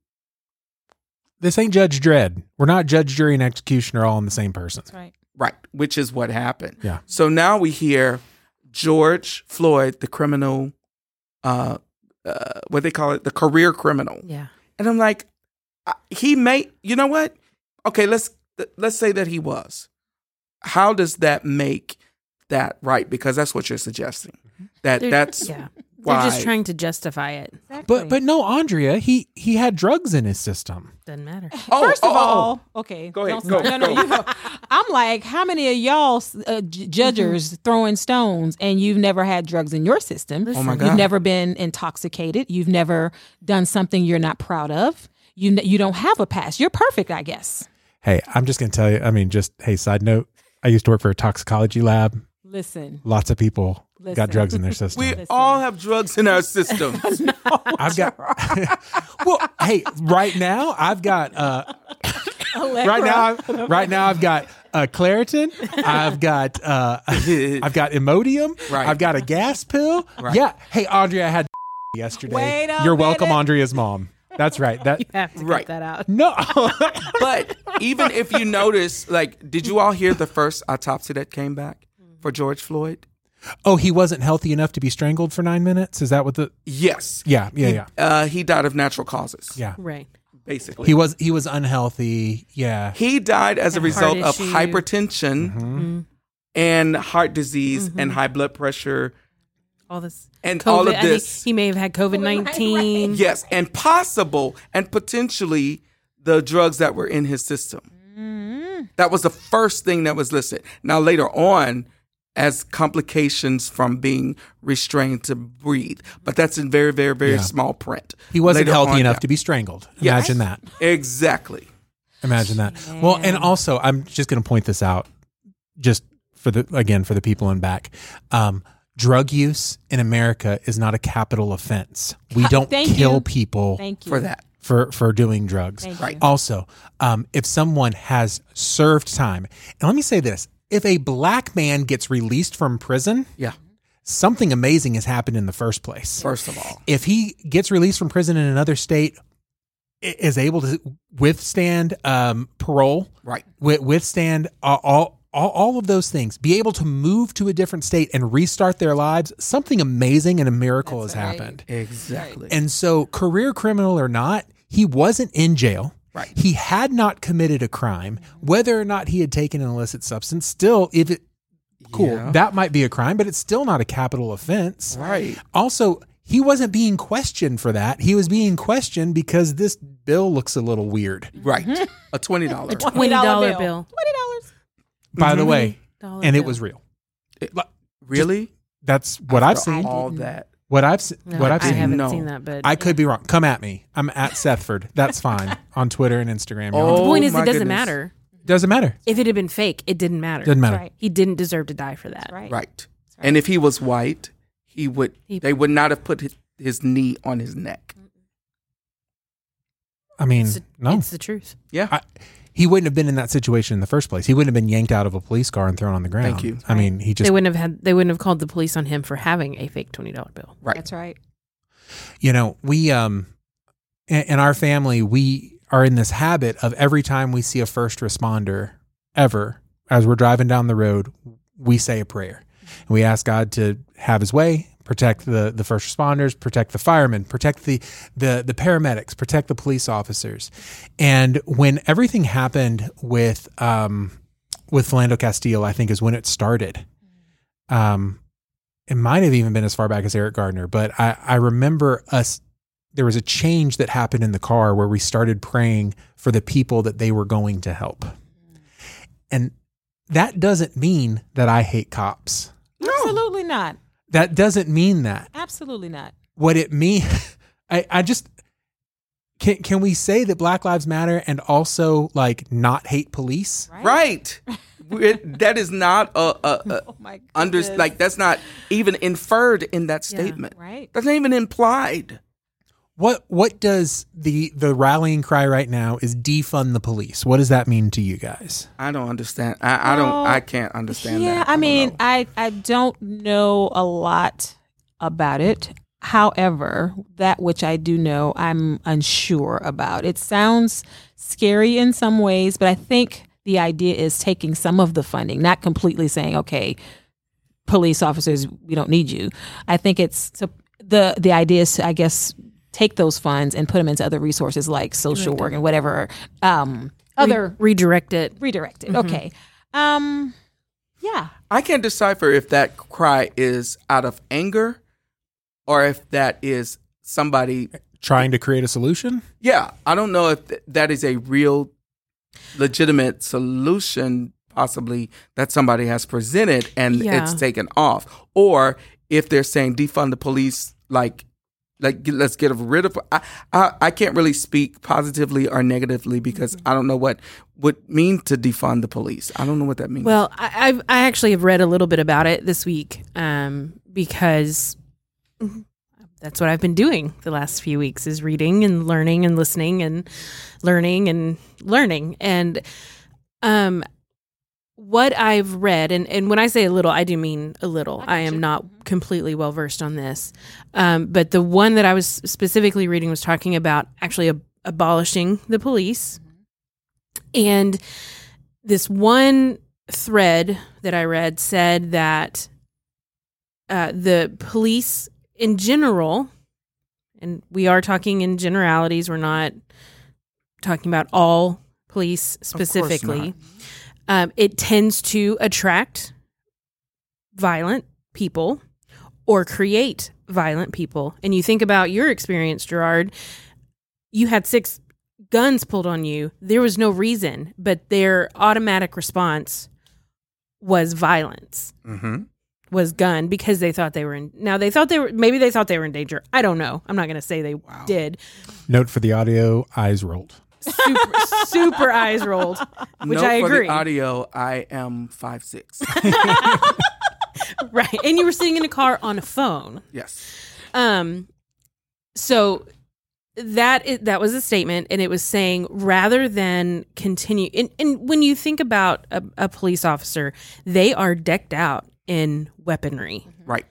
Speaker 1: This ain't Judge Dredd. We're not judge, jury, and executioner all in the same person.
Speaker 4: That's right.
Speaker 3: right, which is what happened.
Speaker 1: Yeah.
Speaker 3: So now we hear George Floyd, the criminal, uh, uh, what they call it, the career criminal.
Speaker 2: Yeah.
Speaker 3: And I'm like, I- he may, you know what? Okay, let's th- let's say that he was. How does that make that right? Because that's what you're suggesting. That
Speaker 2: They're-
Speaker 3: that's
Speaker 2: yeah.
Speaker 3: why.
Speaker 2: They're just trying to justify it.
Speaker 1: But but no, Andrea, he he had drugs in his system.
Speaker 2: Doesn't matter.
Speaker 3: Oh,
Speaker 4: First
Speaker 3: oh,
Speaker 4: of
Speaker 3: oh,
Speaker 4: all, okay.
Speaker 3: Go ahead,
Speaker 4: don't-
Speaker 3: go,
Speaker 4: no, no,
Speaker 3: go.
Speaker 4: you go. I'm like, how many of y'all uh, j- judges throwing stones and you've never had drugs in your system?
Speaker 3: Mm-hmm. Oh my
Speaker 4: You've
Speaker 3: God.
Speaker 4: never been intoxicated. You've never done something you're not proud of. You n- you don't have a past. You're perfect, I guess.
Speaker 1: Hey, I'm just gonna tell you. I mean, just hey, side note. I used to work for a toxicology lab.
Speaker 4: Listen,
Speaker 1: Lots of people
Speaker 4: Listen.
Speaker 1: got drugs in their system.
Speaker 3: we all have drugs in our system.
Speaker 1: I've got. well, hey, right now I've got. Uh, right now, I've, right now I've got uh, Claritin. I've got. Uh, I've got Imodium.
Speaker 3: Right.
Speaker 1: I've got a gas pill.
Speaker 3: Right.
Speaker 1: Yeah. Hey, Andrea, I had yesterday.
Speaker 4: Wait a
Speaker 1: You're welcome,
Speaker 4: minute.
Speaker 1: Andrea's mom. That's right. That
Speaker 2: Have to
Speaker 3: Right.
Speaker 2: cut that out.
Speaker 1: no.
Speaker 3: but even if you notice, like, did you all hear the first autopsy that came back for George Floyd?
Speaker 1: oh, he wasn't healthy enough to be strangled for nine minutes. Is that what the?
Speaker 3: Yes.
Speaker 1: Yeah. Yeah. Yeah.
Speaker 3: Uh, he died of natural causes.
Speaker 1: Yeah.
Speaker 2: Right.
Speaker 3: Basically.
Speaker 1: He was he was unhealthy. Yeah.
Speaker 3: He died as a
Speaker 2: And
Speaker 3: result
Speaker 2: heart Mm-hmm.
Speaker 3: of
Speaker 2: issue.
Speaker 3: hypertension
Speaker 1: Mm-hmm.
Speaker 3: and heart disease and high blood pressure
Speaker 2: All this.
Speaker 3: and
Speaker 2: Mm-hmm. COVID.
Speaker 3: all
Speaker 2: I
Speaker 3: of
Speaker 2: think
Speaker 3: this.
Speaker 2: he may have had COVID 19.
Speaker 3: Yes, and possible and potentially the drugs that were in his system.
Speaker 2: Mm-hmm.
Speaker 3: That was the first thing that was listed. Now, later on, as complications from being restrained to breathe, but that's in very, very, very
Speaker 1: Yeah.
Speaker 3: small print.
Speaker 1: He wasn't
Speaker 3: Later
Speaker 1: healthy
Speaker 3: on
Speaker 1: enough
Speaker 3: down.
Speaker 1: to be strangled.
Speaker 3: Yes.
Speaker 1: Imagine that.
Speaker 3: Exactly.
Speaker 1: Imagine that. Well, and also, I'm just going to point this out, just for the again for the people in back. Um, drug use in America is not a capital offense. We don't
Speaker 4: Thank
Speaker 1: kill
Speaker 4: you.
Speaker 1: people
Speaker 4: Thank you
Speaker 2: Mm-hmm.
Speaker 3: For that.
Speaker 1: for for doing drugs.
Speaker 4: Thank
Speaker 3: Right.
Speaker 4: you.
Speaker 1: Also, um, if someone has served time, and let me say this: if a black man gets released from prison,
Speaker 3: Yeah.
Speaker 1: something amazing has happened in the first place
Speaker 3: First of all.
Speaker 1: if he gets released from prison in another state, i- is able to withstand um, parole,
Speaker 3: Right.
Speaker 1: wi- withstand a- all, all all of those things, be able to move to a different state and restart their lives, something amazing and a miracle has
Speaker 4: right.
Speaker 1: happened.
Speaker 3: Exactly.
Speaker 1: And so, career criminal or not, he wasn't in jail.
Speaker 3: Right.
Speaker 1: He had not committed a crime, whether or not he had taken an illicit substance. Still, if it cool,
Speaker 3: Yeah.
Speaker 1: that might be a crime, but it's still not a capital offense.
Speaker 3: Right.
Speaker 1: Also, he wasn't being questioned for that. He was being questioned because this bill looks a little weird.
Speaker 3: Right. A twenty dollar.
Speaker 2: $20
Speaker 4: $20
Speaker 2: bill.
Speaker 4: bill. Twenty dollars.
Speaker 1: By the way,
Speaker 2: Dollar
Speaker 1: and it
Speaker 2: bill.
Speaker 1: was real.
Speaker 3: Really?
Speaker 1: That's what I've
Speaker 3: After
Speaker 1: seen.
Speaker 3: all that.
Speaker 1: What I've se-
Speaker 2: No,
Speaker 1: what I've
Speaker 2: I
Speaker 1: seen. I,
Speaker 2: haven't
Speaker 3: No.
Speaker 2: seen that, but
Speaker 1: could be wrong. Come at me. I'm at Sethford. That's fine on Twitter and Instagram.
Speaker 2: the
Speaker 3: Oh.
Speaker 2: point is, it
Speaker 3: my
Speaker 2: doesn't
Speaker 3: goodness.
Speaker 2: matter.
Speaker 1: Doesn't matter.
Speaker 2: If it had been fake, it didn't matter.
Speaker 1: Doesn't matter.
Speaker 4: Right.
Speaker 2: He didn't deserve to die for that.
Speaker 4: Right.
Speaker 3: Right. And if he was white, he would.
Speaker 2: He-
Speaker 3: they would not have put his, his knee on his neck.
Speaker 1: I mean,
Speaker 2: It's, the-
Speaker 1: no.
Speaker 2: it's the truth.
Speaker 3: Yeah.
Speaker 1: I, he wouldn't have been in that situation in the first place. He wouldn't have been yanked out of a police car and thrown on the ground.
Speaker 3: Thank you.
Speaker 1: I mean, he just
Speaker 2: they wouldn't have had. They wouldn't have called the police on him for having a fake twenty dollar bill.
Speaker 3: right.
Speaker 4: That's right.
Speaker 1: you know we um in, in our family we are in this habit of every time we see a first responder ever as we're driving down the road, we say a prayer and we ask God to have His way, protect the the first responders, protect the firemen, protect the the the paramedics, protect the police officers. And when everything happened with um with Philando Castile, I think is when it started. Um, it might have even been as far back as Eric Gardner, but I I remember us. There was a change that happened in the car where we started praying for the people that they were going to help. And that doesn't mean that I hate cops.
Speaker 4: Absolutely not.
Speaker 1: That doesn't mean that.
Speaker 4: Absolutely not.
Speaker 1: What it means, I, I just can. Can we say that Black Lives Matter and also like not hate police?
Speaker 3: Right. We're- that is not a, a, a
Speaker 4: Oh my god.
Speaker 3: under like that's not even inferred in that statement.
Speaker 4: right.
Speaker 3: That's not even implied.
Speaker 1: What What does the the rallying cry right now is defund the police? What does that mean to you guys?
Speaker 3: I don't understand. I, I
Speaker 4: Well,
Speaker 3: don't. I can't understand
Speaker 4: yeah,
Speaker 3: that.
Speaker 4: I
Speaker 3: don't
Speaker 4: mean,
Speaker 3: know.
Speaker 4: I I don't know a lot about it. However, that which I do know, I'm unsure about. It sounds scary in some ways, but I think the idea is taking some of the funding, not completely saying, okay, police officers, we don't need you. I think it's so the the idea is, to, I guess, take those funds and put them into other resources like social work and whatever um, other
Speaker 2: redirect it.
Speaker 4: redirected. Okay. Um yeah.
Speaker 3: I can't decipher if that cry is out of anger, or if that is somebody.
Speaker 1: Trying to create a solution?
Speaker 3: Yeah, I don't know if th- that is a real, legitimate solution. Possibly that somebody has presented and
Speaker 2: Yeah.
Speaker 3: it's taken off, or if they're saying defund the police, like. Like get- let's get rid of. I, I I can't really speak positively or negatively because
Speaker 2: Mm-hmm.
Speaker 3: I don't know what would mean to defund the police. I don't know what that means.
Speaker 2: Well, I, I've I actually have read a little bit about it this week, um, because that's what I've been doing the last few weeks is reading and learning and listening and learning and learning and um what I've read and, and when I say a little, I do mean a little. I, am not completely well versed on this. Um, but the one that I was specifically reading was talking about actually ab- abolishing the police. And this one thread that I read said that uh, the police in general, and we are talking in generalities, we're not talking about all police
Speaker 3: course
Speaker 2: specifically, um, it tends to attract violent people or create violent people. And you think about your experience, Gerard, you had six guns pulled on you. There was no reason, but their automatic response was violence,
Speaker 3: mm-hmm.
Speaker 2: was gun because they thought they were in. Now they thought they were, maybe they thought they were in danger. I don't know. I'm not going to say they did.
Speaker 1: Note for the audio: eyes rolled.
Speaker 2: Super, super eyes rolled, which
Speaker 3: Note
Speaker 2: I
Speaker 3: for
Speaker 2: agree.
Speaker 3: the audio, I am five six.
Speaker 2: right. And you were sitting in a car on a phone.
Speaker 3: yes.
Speaker 2: Um, so that is, that was a statement, and it was saying rather than continue. And, and when you think about a, a police officer, they are decked out in weaponry.
Speaker 3: Right.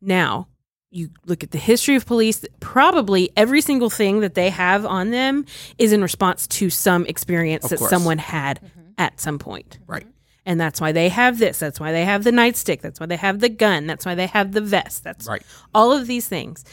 Speaker 2: Now, you look at the history of police, probably every single thing that they have on them is in response to some experience
Speaker 3: Of
Speaker 2: that
Speaker 3: course.
Speaker 2: someone had at some point.
Speaker 3: Right.
Speaker 2: And that's why they have this. That's why they have the nightstick. That's why they have the gun. That's why they have the vest. That's
Speaker 3: Right.
Speaker 2: all of these things.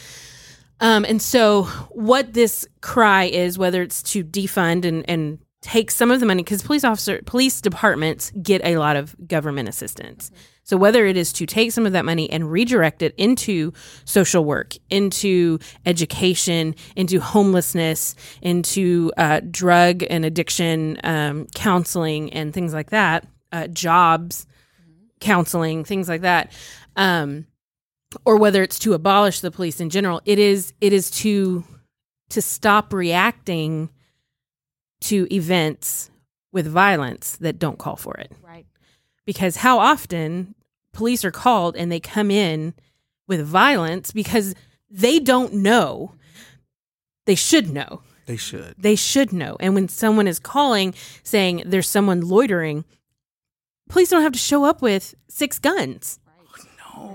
Speaker 2: Um, and so, what this cry is, whether it's to defund and, and take some of the money, because police officer, police departments get a lot of government assistance. So, whether it is to take some of that money and redirect it into social work, into education, into homelessness, into uh, drug and addiction um, counseling, and things like that, uh, jobs, counseling, things like that. Um, or whether it's to abolish the police in general it is it is to to stop reacting to events with violence that don't call for it
Speaker 4: Right.
Speaker 2: because how often police are called and they come in with violence because they don't know they should know
Speaker 3: They should.
Speaker 2: they should know and when someone is calling saying there's someone loitering police don't have to show up with six guns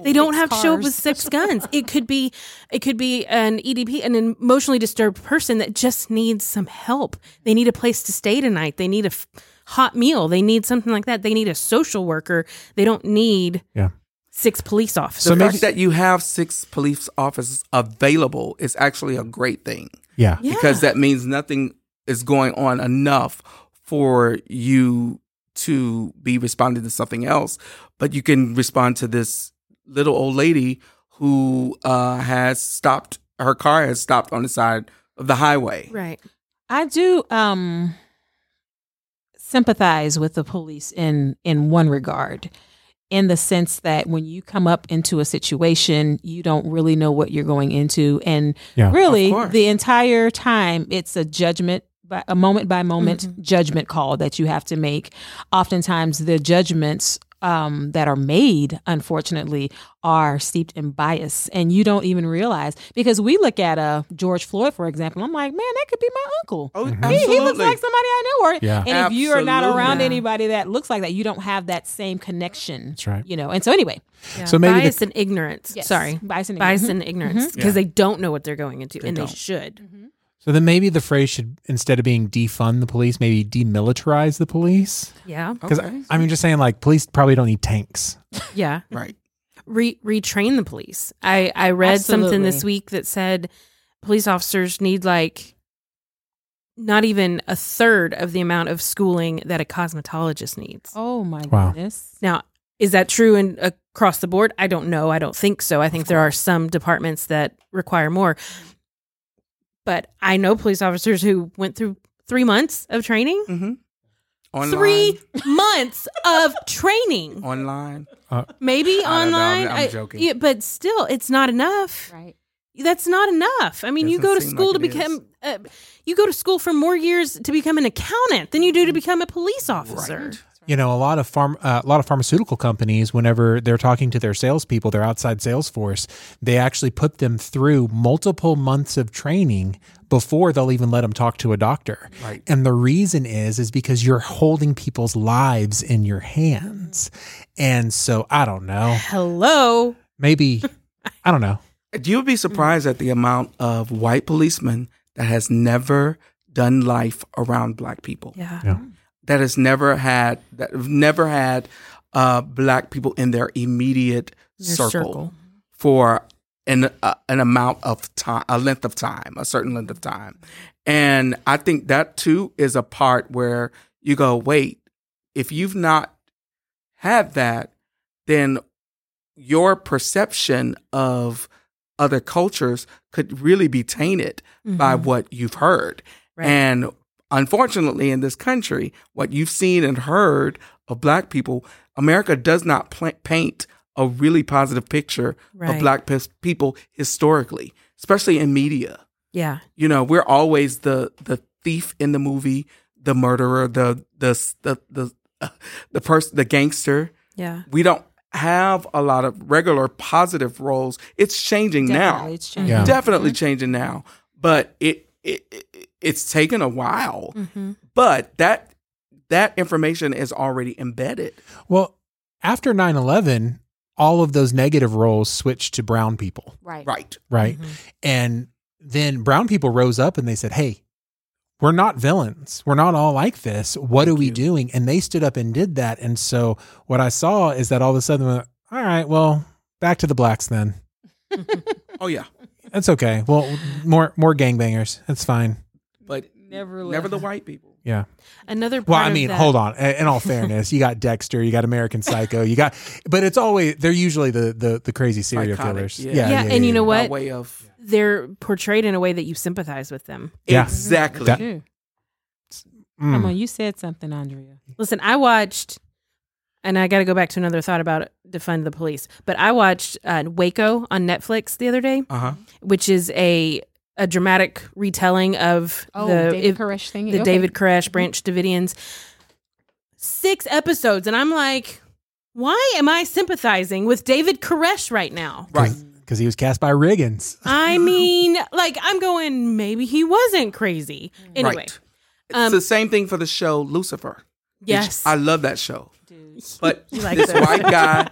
Speaker 2: They don't
Speaker 4: fix
Speaker 2: have to show up with
Speaker 4: cars.
Speaker 2: six guns. It could be, it could be an EDP, an emotionally disturbed person that just needs some help. They need a place to stay tonight. They need a f- hot meal. They need something like that. They need a social worker. They don't need
Speaker 1: Yeah.
Speaker 2: six police
Speaker 3: The
Speaker 2: officers.
Speaker 1: So
Speaker 3: fact
Speaker 1: maybe-
Speaker 3: that you have six police officers available is actually a great thing
Speaker 1: Yeah.
Speaker 2: Yeah.
Speaker 3: because that means nothing is going on enough for you to be responding to something else. But you can respond to this little old lady who uh, has stopped, her car has stopped on the side of the highway.
Speaker 2: right.
Speaker 4: I do um sympathize with the police in in one regard in the sense that when you come up into a situation you don't really know what you're going into and
Speaker 1: Yeah.
Speaker 4: really
Speaker 3: Of course.
Speaker 4: the entire time it's a judgment by a moment by moment
Speaker 3: Mm-hmm.
Speaker 4: judgment call that you have to make oftentimes the judgments um, that are made unfortunately are steeped in bias and you don't even realize because we look at uh, george floyd for example i'm like man that could be my uncle
Speaker 3: Oh,
Speaker 4: he, he looks
Speaker 3: absolutely.
Speaker 4: like somebody I know. Or
Speaker 1: Yeah.
Speaker 4: and if you are not
Speaker 3: Absolutely.
Speaker 4: around
Speaker 2: Yeah.
Speaker 4: anybody that looks like that, you don't have that same connection. That's
Speaker 1: right.
Speaker 4: You know. And so anyway,
Speaker 2: Yeah.
Speaker 1: So maybe the-
Speaker 2: bias and ignorance. Sorry,
Speaker 4: bias and
Speaker 2: bias
Speaker 4: ignorance.
Speaker 2: and ignorance because
Speaker 3: Yeah.
Speaker 2: they don't know what they're going into, and
Speaker 3: don't.
Speaker 2: they should.
Speaker 1: So then maybe the phrase should instead of being defund the police, maybe demilitarize the police.
Speaker 2: Yeah.
Speaker 1: Because
Speaker 3: Okay.
Speaker 1: I mean, just saying like police probably don't need tanks.
Speaker 2: Yeah.
Speaker 3: Right.
Speaker 2: re- retrain the police. I I read something this
Speaker 4: Absolutely.
Speaker 2: week that said police officers need like not even a third of the amount of schooling that a cosmetologist needs.
Speaker 3: Mm-hmm.
Speaker 4: Oh my
Speaker 1: Wow.
Speaker 4: goodness.
Speaker 2: Now, is that true and across the board? I don't know. I don't think so. I think there are some departments that require more. But I know police officers who went through 3 months of training.
Speaker 3: Mm-hmm. Online.
Speaker 2: 3 months of training.
Speaker 3: Online.
Speaker 2: Maybe
Speaker 3: I don't know. I'm-
Speaker 2: online.
Speaker 3: I'm
Speaker 2: I-
Speaker 3: joking.
Speaker 2: yeah, but still, it's not enough.
Speaker 4: Right.
Speaker 2: That's not enough. I mean, you
Speaker 3: Doesn't
Speaker 2: go to
Speaker 3: seem
Speaker 2: school
Speaker 3: like
Speaker 2: to
Speaker 3: it is.
Speaker 2: become, uh, you go to school for more years to become an accountant than you do to become a police officer.
Speaker 3: Mm. Right.
Speaker 1: You know, a lot of farm, uh, a lot of pharmaceutical companies, whenever they're talking to their salespeople, their outside sales force, they actually put them through multiple months of training before they'll even let them talk to a doctor.
Speaker 3: Right.
Speaker 1: And the reason is, is because you're holding people's lives in your hands. And so I don't know,
Speaker 2: Hello.
Speaker 1: maybe, I don't know.
Speaker 3: You'll
Speaker 2: Mm.
Speaker 3: be surprised at the amount of white policemen that has never done life around black people.
Speaker 2: Yeah.
Speaker 1: Yeah.
Speaker 3: That has never had that have never had uh, black people in their immediate
Speaker 2: Their
Speaker 3: circle,
Speaker 2: circle.
Speaker 3: for an uh, an amount of time, a length of time, a certain length of time, and I think that too is a part where you go, wait, if you've not had that, then your perception of other cultures could really be tainted by what you've heard.
Speaker 2: Mm-hmm. Right.
Speaker 3: And unfortunately, in this country, what you've seen and heard of black people, America does not pla paint a really positive picture
Speaker 2: Right.
Speaker 3: of black pes- people historically, especially in media
Speaker 2: Yeah.
Speaker 3: you know we're always the the thief in the movie the murderer the the the the, the person the gangster
Speaker 2: Yeah.
Speaker 3: we don't have a lot of regular positive roles it's changing
Speaker 4: Definitely,
Speaker 3: now
Speaker 4: It's changing.
Speaker 1: Yeah.
Speaker 3: definitely changing now but it, it, it it's taken a while
Speaker 2: Mm-hmm.
Speaker 3: but that that information is already embedded
Speaker 1: Well, after 9 11, all of those negative roles switched to brown people,
Speaker 4: Right.
Speaker 3: right
Speaker 1: right?
Speaker 2: mm-hmm.
Speaker 1: And then brown people rose up and they said, hey, we're not villains. We're not all like this. What are we doing? And they stood up and did that. And so what I saw is that all of a sudden, all right, well, back to the blacks then.
Speaker 3: oh yeah
Speaker 1: That's okay. Well, more more gangbangers. That's fine.
Speaker 3: but never
Speaker 4: Never left. Mm-hmm.
Speaker 3: the white people
Speaker 1: Yeah.
Speaker 2: Another. Part
Speaker 1: Well, I mean,
Speaker 2: of that,
Speaker 1: hold on. A- In all fairness, you got Dexter, you got American Psycho, you got, but it's always they're usually the the, the crazy serial
Speaker 3: Psychotic,
Speaker 1: killers.
Speaker 3: yeah.
Speaker 2: Yeah, and you know
Speaker 3: by
Speaker 2: what?
Speaker 3: way of
Speaker 2: They're portrayed in a way that you sympathize with them.
Speaker 1: Yeah.
Speaker 3: exactly
Speaker 1: That-
Speaker 4: True.
Speaker 1: Mm.
Speaker 4: Come on, you said something, Andrea.
Speaker 2: Listen, I watched, and I got to go back to another thought about defund the police. But I watched uh, Waco on Netflix the other day,
Speaker 3: uh-huh
Speaker 2: which is a a dramatic retelling of
Speaker 4: Oh,
Speaker 2: the if-
Speaker 4: Koresh thing.
Speaker 2: the David Koresh, Branch Davidians. Six episodes, and I'm like, why am I sympathizing with David Koresh right now?
Speaker 3: right
Speaker 1: because he was cast by Riggins.
Speaker 2: I mean, like, I'm going, maybe he wasn't crazy. Anyway,
Speaker 3: Right. It's
Speaker 2: um,
Speaker 3: the same thing for the show Lucifer.
Speaker 2: yes.
Speaker 3: I love that show. But
Speaker 2: He likes
Speaker 3: this
Speaker 2: those.
Speaker 3: white guy,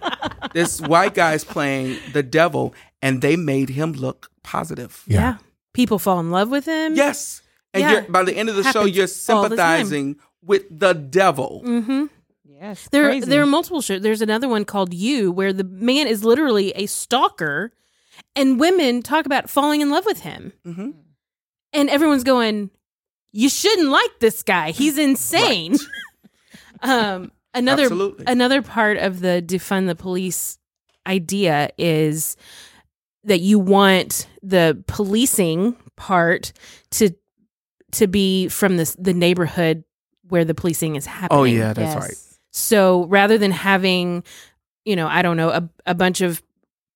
Speaker 3: this white guy's playing the devil, and they made him look positive.
Speaker 2: Yeah. People fall in love with him.
Speaker 3: Yes, and
Speaker 2: Yeah.
Speaker 3: you're, by the end of the show,
Speaker 2: Happens
Speaker 3: you're
Speaker 2: all the time.
Speaker 3: sympathizing with the devil.
Speaker 2: Mm-hmm.
Speaker 4: Yes.
Speaker 2: There,
Speaker 4: crazy.
Speaker 2: there are multiple shows. There's another one called You, where the man is literally a stalker, and women talk about falling in love with him,
Speaker 3: hmm
Speaker 2: and everyone's going, "You shouldn't like this guy. He's insane." um, another
Speaker 3: Absolutely.
Speaker 2: another part of the defund the police idea is that you want the policing part to to be from this the neighborhood where the policing is happening.
Speaker 3: oh yeah, that's
Speaker 4: Yes.
Speaker 3: right.
Speaker 2: So rather than having, you know, I don't know, a, a bunch of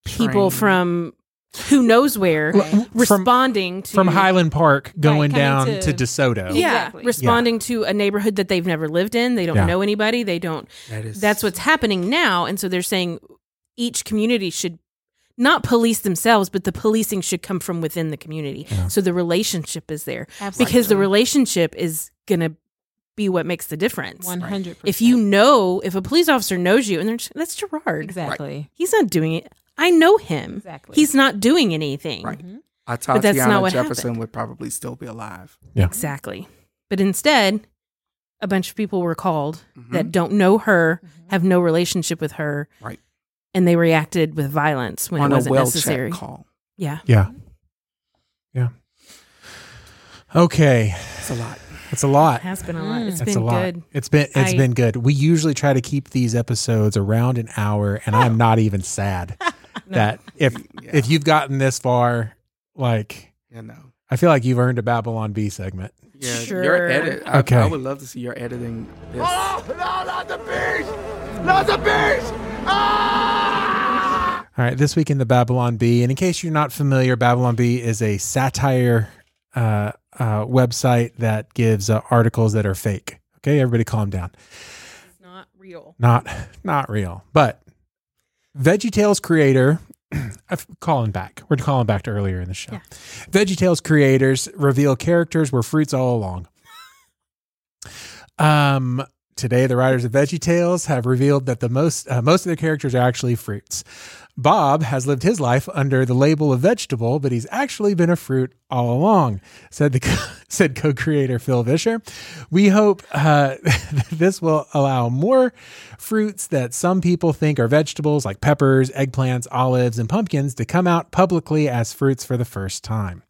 Speaker 2: people
Speaker 3: Train.
Speaker 2: from who knows where
Speaker 4: Right.
Speaker 1: Well, From,
Speaker 2: responding to
Speaker 1: from Highland Park
Speaker 4: coming
Speaker 1: going down
Speaker 4: to-
Speaker 1: to, DeSoto.
Speaker 2: yeah,
Speaker 4: Exactly.
Speaker 2: responding to a neighborhood that they've never lived in. They don't
Speaker 1: Yeah.
Speaker 2: know anybody. They don't.
Speaker 3: That is.
Speaker 2: That's what's happening now, and so they're saying each community should not police themselves, but the policing should come from within the community.
Speaker 1: Yeah.
Speaker 2: So the relationship is there
Speaker 4: Absolutely.
Speaker 2: because the relationship is gonna be what makes the difference.
Speaker 4: one hundred.
Speaker 2: If you know, if a police officer knows you, and they're just, that's Gerard.
Speaker 4: exactly,
Speaker 2: He's not doing it. I know him.
Speaker 4: exactly,
Speaker 2: He's not doing anything.
Speaker 3: Right.
Speaker 4: Mhm.
Speaker 3: I
Speaker 2: But that's not
Speaker 3: Tatiana
Speaker 2: what
Speaker 3: Jefferson
Speaker 2: happened.
Speaker 3: would probably still be alive.
Speaker 2: Exactly. But instead, a bunch of people were called
Speaker 3: Mhm.
Speaker 2: that don't know
Speaker 4: Mm-hmm.
Speaker 2: her, have no relationship with her.
Speaker 3: Right.
Speaker 2: And they reacted with violence when
Speaker 3: on
Speaker 2: it
Speaker 3: a
Speaker 2: wasn't
Speaker 3: well
Speaker 2: necessary.
Speaker 3: check call.
Speaker 2: Yeah.
Speaker 1: Yeah. Yeah. Okay.
Speaker 3: It's a lot.
Speaker 1: That's a lot.
Speaker 2: It has been a lot.
Speaker 4: Mm.
Speaker 2: It's
Speaker 1: That's
Speaker 2: been
Speaker 1: a lot.
Speaker 2: good.
Speaker 1: It's been it's
Speaker 2: I-
Speaker 1: been good. We usually try to keep these episodes around an hour, and I'm not even sad that if
Speaker 3: Yeah.
Speaker 1: if you've gotten this far, like
Speaker 3: You know.
Speaker 1: I feel like you've earned a Babylon B segment.
Speaker 3: Yeah,
Speaker 2: Sure.
Speaker 3: Your edit. I,
Speaker 1: Okay.
Speaker 3: I would love to see your editing. This.
Speaker 1: All right, this week in the Babylon Bee, and in case you're not familiar, Babylon Bee is a satire uh, uh, website that gives uh, articles that are fake. Okay, everybody, calm down.
Speaker 2: It's not real.
Speaker 1: Not not real, but VeggieTales creator. I'm calling back. We're calling back to earlier in the show.
Speaker 2: Yeah.
Speaker 1: VeggieTales creators reveal characters were fruits all along. um, today, the writers of VeggieTales have revealed that the most uh, most of their characters are actually fruits. Bob has lived his life under the label of vegetable, but he's actually been a fruit all along," said the co- said co-creator Phil Vischer. We hope uh, this will allow more fruits that some people think are vegetables, like peppers, eggplants, olives, and pumpkins, to come out publicly as fruits for the first time.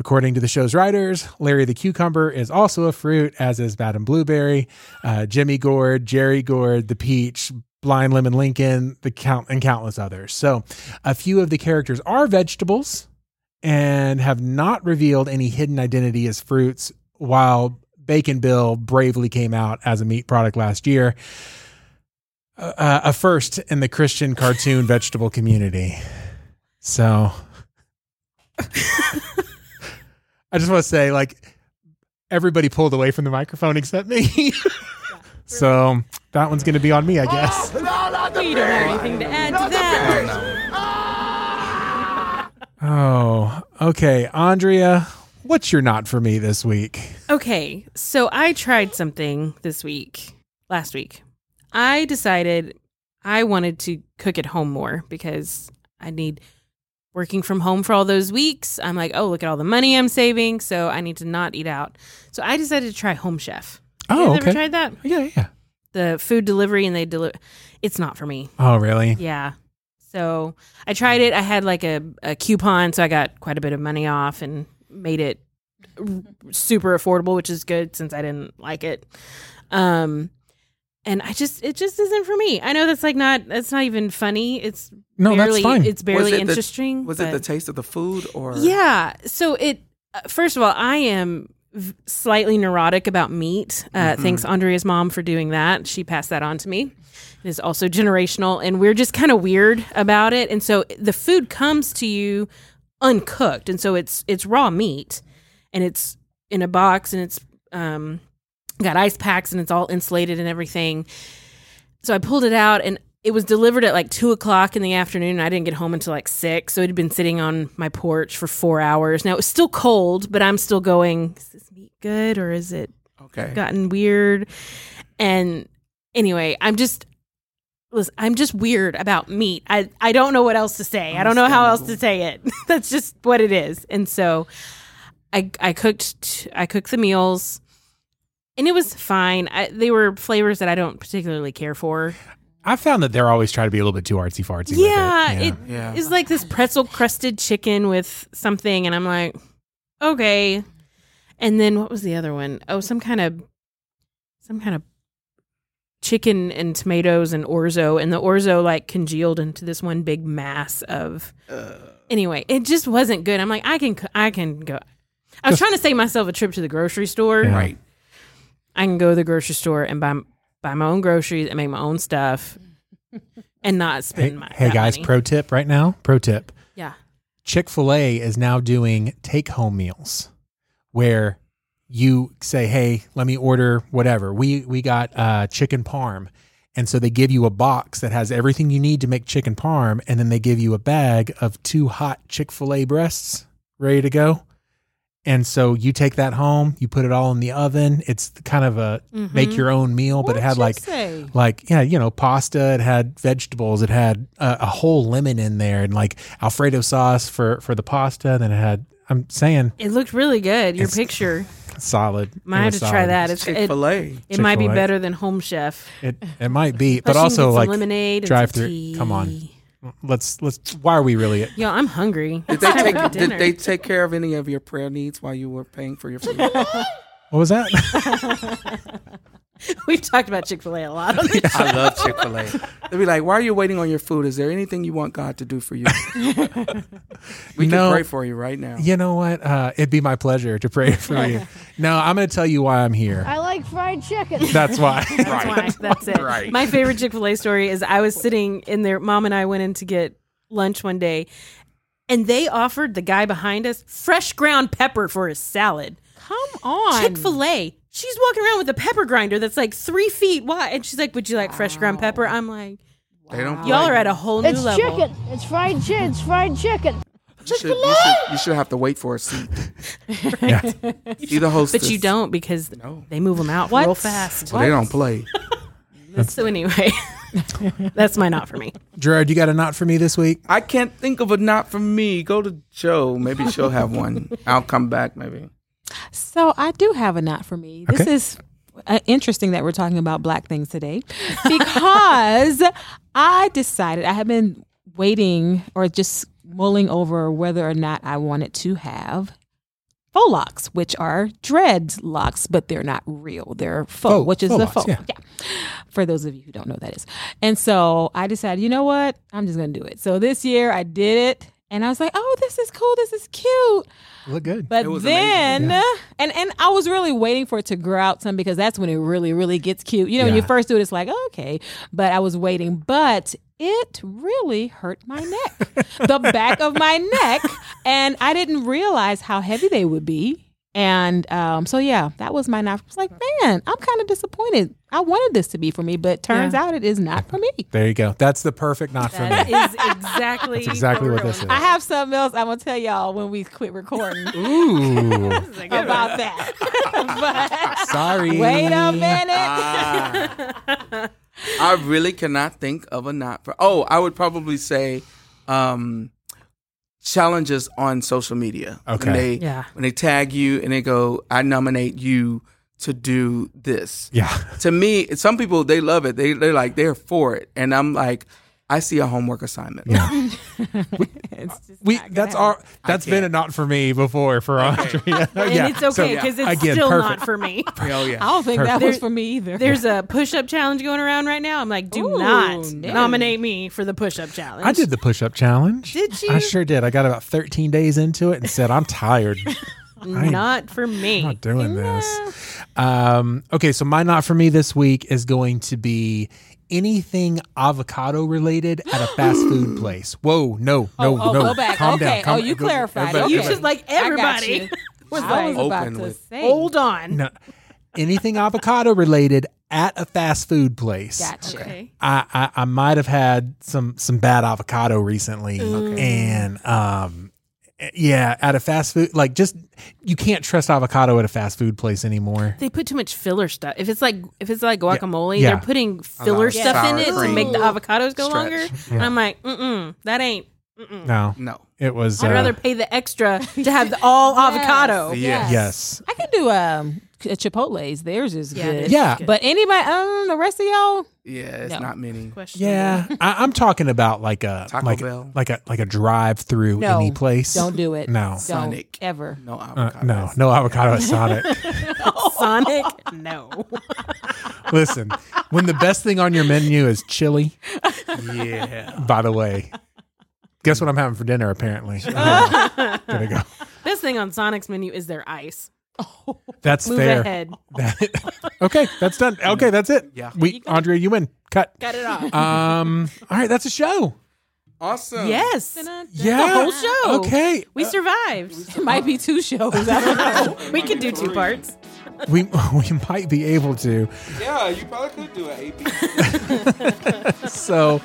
Speaker 1: According to the show's writers, Larry the cucumber is also a fruit, as is Madame Blueberry, uh, Jimmy Gourd, Jerry Gourd, the peach. Blind Lemon Lincoln, the count and countless others. So, a few of the characters are vegetables and have not revealed any hidden identity as fruits, while Bacon Bill bravely came out as a meat product last year. Uh, a first in the Christian cartoon vegetable community. So I just want to say, like, everybody pulled away from the microphone except me. so that one's going to be on me, I guess.
Speaker 2: We don't have anything to add to that.
Speaker 1: Oh, okay. Andrea, what's your not for me this week?
Speaker 2: Okay, so I tried something this week, last week. I decided I wanted to cook at home more because I need working from home for all those weeks. I'm like, oh, look at all the money I'm saving, so I need to not eat out. So I decided to try Home Chef. You
Speaker 1: Oh,
Speaker 2: guys
Speaker 1: okay.
Speaker 2: ever tried that?
Speaker 1: yeah, yeah.
Speaker 2: The food delivery and they deliver. It's not for me.
Speaker 1: Oh, really?
Speaker 2: Yeah. So I tried it. I had like a, a coupon, so I got quite a bit of money off and made it r- super affordable, which is good since I didn't like it. Um, and I just it just isn't for me. I know that's like not that's not even funny. It's
Speaker 1: No, that's
Speaker 2: barely
Speaker 1: fine.
Speaker 2: it's barely
Speaker 3: it the-
Speaker 2: interesting.
Speaker 3: Was it the
Speaker 2: but-
Speaker 3: taste of the food or?
Speaker 2: yeah. So it uh, first of all, I am v- slightly neurotic about meat. Uh, Thanks, Andrea's mom, for doing that. She passed that on to me. It is also generational, and we're just kind of weird about it. And so the food comes to you uncooked, and so it's it's raw meat, and it's in a box, and it's um, got ice packs, and it's all insulated and everything. So I pulled it out and it was delivered at like two o'clock in the afternoon. and I didn't get home until like six. So it had been sitting on my porch for four hours. Now it was still cold, but I'm still going, is this meat good or is it
Speaker 3: Okay.
Speaker 2: gotten weird? And anyway, I'm just, listen, I'm just weird about meat. I, I don't know what else to say. I don't know how else to say it. That's just what it is. And so I I cooked t- I cooked the meals and it was fine. I, they were flavors that I don't particularly care for.
Speaker 1: I found that they're always trying to be a little bit too artsy fartsy.
Speaker 2: Yeah,
Speaker 1: with
Speaker 2: it
Speaker 1: it.
Speaker 2: is
Speaker 3: Yeah.
Speaker 2: like this pretzel crusted chicken with something, and I'm like, okay. And then what was the other one? Oh, some kind of, some kind of chicken and tomatoes and orzo, and the orzo like congealed into this one big mass of. anyway, it just wasn't good. I'm like, I can, c- I can go. I was trying to save myself a trip to the grocery store.
Speaker 1: Yeah.
Speaker 3: Right.
Speaker 2: I can go to the grocery store and buy buy my own groceries and make my own stuff, and not
Speaker 1: Hey,
Speaker 2: spend my.
Speaker 1: hey
Speaker 2: that
Speaker 1: guys,
Speaker 2: money.
Speaker 1: pro tip right now. Pro tip:
Speaker 2: yeah.
Speaker 1: Chick Fil A is now doing take home meals, where you say, "Hey, let me order whatever." We we got uh, chicken parm, and so they give you a box that has everything you need to make chicken parm, and then they give you a bag of two hot Chick Fil A breasts ready to go. And so you take that home, you put it all in the oven. It's kind of a make your own meal, but it had like
Speaker 4: say?
Speaker 1: like yeah you know pasta it had vegetables it had uh, a whole lemon in there and like alfredo sauce for for the pasta and then it had i'm saying
Speaker 2: It looked really good. Your
Speaker 1: It's-
Speaker 2: picture.
Speaker 1: solid
Speaker 2: Might have
Speaker 1: It
Speaker 2: to
Speaker 1: was
Speaker 2: try
Speaker 1: solid.
Speaker 2: that. It's,
Speaker 3: Chick
Speaker 2: it,
Speaker 3: Fil A.
Speaker 2: it might be
Speaker 1: Chick-fil-A.
Speaker 2: better than Home Chef.
Speaker 1: it it might be
Speaker 2: Plus
Speaker 1: but
Speaker 2: you can
Speaker 1: also
Speaker 2: get some
Speaker 1: like
Speaker 2: lemonade, and some
Speaker 1: drive through
Speaker 2: tea.
Speaker 1: come on let's let's why are we really at
Speaker 2: Yo, I'm hungry.
Speaker 3: Did they, take,
Speaker 2: dinner.
Speaker 3: did they take care of any of your prayer needs while you were paying for your food?
Speaker 1: what was that
Speaker 2: We've talked about Chick Fil A a lot. On this show.
Speaker 3: I love Chick Fil A. They'll be like, "Why are you waiting on your food? Is there anything you want God to do for you?" we can
Speaker 1: No.
Speaker 3: pray for you right now.
Speaker 1: you know what uh it'd be my pleasure to pray for you no i'm gonna tell you why i'm here
Speaker 5: I like fried chicken.
Speaker 1: that's why
Speaker 2: That's why. That's it. My favorite Chick Fil A story is I was sitting in there. Mom and I went in to get lunch one day, and they offered the guy behind us fresh ground pepper for his salad.
Speaker 4: Come on.
Speaker 2: Chick Fil A. She's walking around with a pepper grinder that's like three feet wide, and she's like, "Would you like fresh ground pepper?" I'm like,
Speaker 3: They don't.
Speaker 2: "Y'all are at a whole new
Speaker 5: It's
Speaker 2: level."
Speaker 5: chicken. It's fried chicken. It's fried chicken.
Speaker 3: You should, you, should, you should have to wait for a seat.
Speaker 1: Yeah.
Speaker 3: Be the hostess.
Speaker 2: But you don't because
Speaker 3: No.
Speaker 2: they move them out
Speaker 4: What?
Speaker 2: real fast.
Speaker 3: So they don't play.
Speaker 2: So anyway, that's my not for me.
Speaker 1: gerard you got a knot for me this week
Speaker 3: I can't think of a not for me. Go to Joe. Maybe she'll have one. I'll come back. Maybe.
Speaker 4: So I do have a not for me. This
Speaker 1: Okay.
Speaker 4: is uh, interesting that we're talking about black things today because I decided I have been waiting or just mulling over whether or not I wanted to have faux locks, which are dread locks, but they're not real. They're faux,
Speaker 1: Faux-
Speaker 4: which is
Speaker 1: faux
Speaker 4: the
Speaker 1: locks,
Speaker 4: faux.
Speaker 1: yeah.
Speaker 4: For those of you who don't know what that is. And so I decided, you know what? I'm just going to do it. So this year I did it and I was like, oh, this is cool. This is cute.
Speaker 1: look good
Speaker 4: But
Speaker 3: It was amazing.
Speaker 4: then, and and I was really waiting for it to grow out some because that's when it really, really gets cute. You know, when you
Speaker 1: Yeah.
Speaker 4: first do it, it's like okay, but I was waiting, but it really hurt my neck, the back of my neck, and I didn't realize how heavy they would be. And um, so yeah, that was my knife. I was like, man, I'm kind of disappointed. I wanted this to be for me, but turns out it is not for me.
Speaker 1: there you go that's the perfect knot for
Speaker 2: That
Speaker 1: me
Speaker 2: is exactly
Speaker 1: that's exactly what
Speaker 2: real.
Speaker 1: this is
Speaker 4: I have something else I'm gonna tell y'all when we quit recording
Speaker 1: ooh
Speaker 4: about that. but
Speaker 1: sorry
Speaker 4: Wait a minute.
Speaker 3: I really cannot think of a not for. Oh, I would probably say um, challenges on social media.
Speaker 1: Okay.
Speaker 3: When they,
Speaker 2: Yeah.
Speaker 3: When they tag you and they go, I nominate you to do this.
Speaker 1: yeah
Speaker 3: To me, some people they love it. They they're like they're for it, and I'm like, I see a homework assignment.
Speaker 1: Uh, we that's our that's been a not for me before for Andrea.
Speaker 2: And
Speaker 1: yeah.
Speaker 2: it's
Speaker 1: So,
Speaker 2: okay because it's
Speaker 1: again,
Speaker 2: still
Speaker 1: perfect.
Speaker 2: not for me.
Speaker 3: Hell
Speaker 4: I
Speaker 3: yeah.
Speaker 4: don't think that
Speaker 1: Perfect.
Speaker 4: was for me either.
Speaker 2: There's a push-up challenge going around right now. I'm like, do
Speaker 4: Ooh,
Speaker 2: not
Speaker 4: no.
Speaker 2: nominate me for the push-up challenge.
Speaker 1: I did the push-up challenge.
Speaker 2: Did you?
Speaker 1: I sure did. I got about 13 days into it and said, "I'm tired. I-
Speaker 2: not for me.
Speaker 1: I'm not doing this." Um, okay, so my not for me this week is going to be anything avocado related at a fast food place. Whoa, no, no,
Speaker 4: oh,
Speaker 1: no.
Speaker 4: go back.
Speaker 1: Calm
Speaker 4: okay.
Speaker 1: down. Calm,
Speaker 4: oh, you
Speaker 1: go-
Speaker 4: clarified.
Speaker 3: everybody-
Speaker 4: Okay.
Speaker 2: You just like
Speaker 4: I,
Speaker 2: everybody
Speaker 4: got you. was,
Speaker 3: I was
Speaker 4: about
Speaker 3: open
Speaker 4: to
Speaker 3: with-
Speaker 4: say.
Speaker 2: hold on.
Speaker 1: No. Anything avocado related at a fast food place.
Speaker 4: Gotcha.
Speaker 2: Okay.
Speaker 1: I, I I might have had some some bad avocado recently, and um, yeah, at a fast food like just you can't trust avocado at a fast food place anymore.
Speaker 2: They put too much filler stuff. If it's like if it's like guacamole,
Speaker 1: Yeah.
Speaker 2: they're putting filler
Speaker 3: of
Speaker 2: stuff in
Speaker 3: sour
Speaker 2: it to
Speaker 3: cream.
Speaker 2: make the avocados go
Speaker 3: Stretch.
Speaker 2: longer. And I'm like, mm-mm, that ain't. Mm-mm.
Speaker 1: No,
Speaker 3: No.
Speaker 1: it was.
Speaker 2: I'd
Speaker 1: uh,
Speaker 2: rather pay the extra to have the all avocado.
Speaker 3: Yes.
Speaker 1: yes,
Speaker 4: I can do um Chipotle's. Theirs is
Speaker 2: Yeah,
Speaker 4: good.
Speaker 2: theirs
Speaker 1: Yeah.
Speaker 2: good.
Speaker 4: But anybody, um, the rest of y'all,
Speaker 3: Yeah, it's
Speaker 4: No.
Speaker 3: not many.
Speaker 2: Question.
Speaker 1: yeah. I, I'm talking about like a
Speaker 3: Taco
Speaker 1: like
Speaker 3: Bell.
Speaker 1: like a like a drive through
Speaker 4: No,
Speaker 1: any place.
Speaker 4: don't do it.
Speaker 1: No.
Speaker 4: don't
Speaker 3: Sonic.
Speaker 4: ever.
Speaker 3: No
Speaker 1: Uh,
Speaker 3: avocado.
Speaker 1: no, no avocado at Sonic.
Speaker 2: Sonic. No.
Speaker 1: Listen, when the best thing on your menu is chili,
Speaker 3: Yeah.
Speaker 1: by the way, guess what I'm having for dinner? Apparently, gonna go.
Speaker 2: Best thing on Sonic's menu is their ice.
Speaker 1: That's
Speaker 2: Move
Speaker 1: fair.
Speaker 2: ahead.
Speaker 1: That- okay, that's done. Okay, that's it.
Speaker 3: Yeah.
Speaker 1: we Andrea, you win. Cut.
Speaker 2: Got it off.
Speaker 1: Um. all right, that's a show.
Speaker 3: Awesome.
Speaker 2: yes.
Speaker 1: Yeah,
Speaker 2: The whole show.
Speaker 1: Okay,
Speaker 2: We survived.
Speaker 4: It might be two shows. I don't know.
Speaker 2: We could do two parts.
Speaker 1: we we might be able to.
Speaker 3: Yeah, you probably could do it.
Speaker 1: So.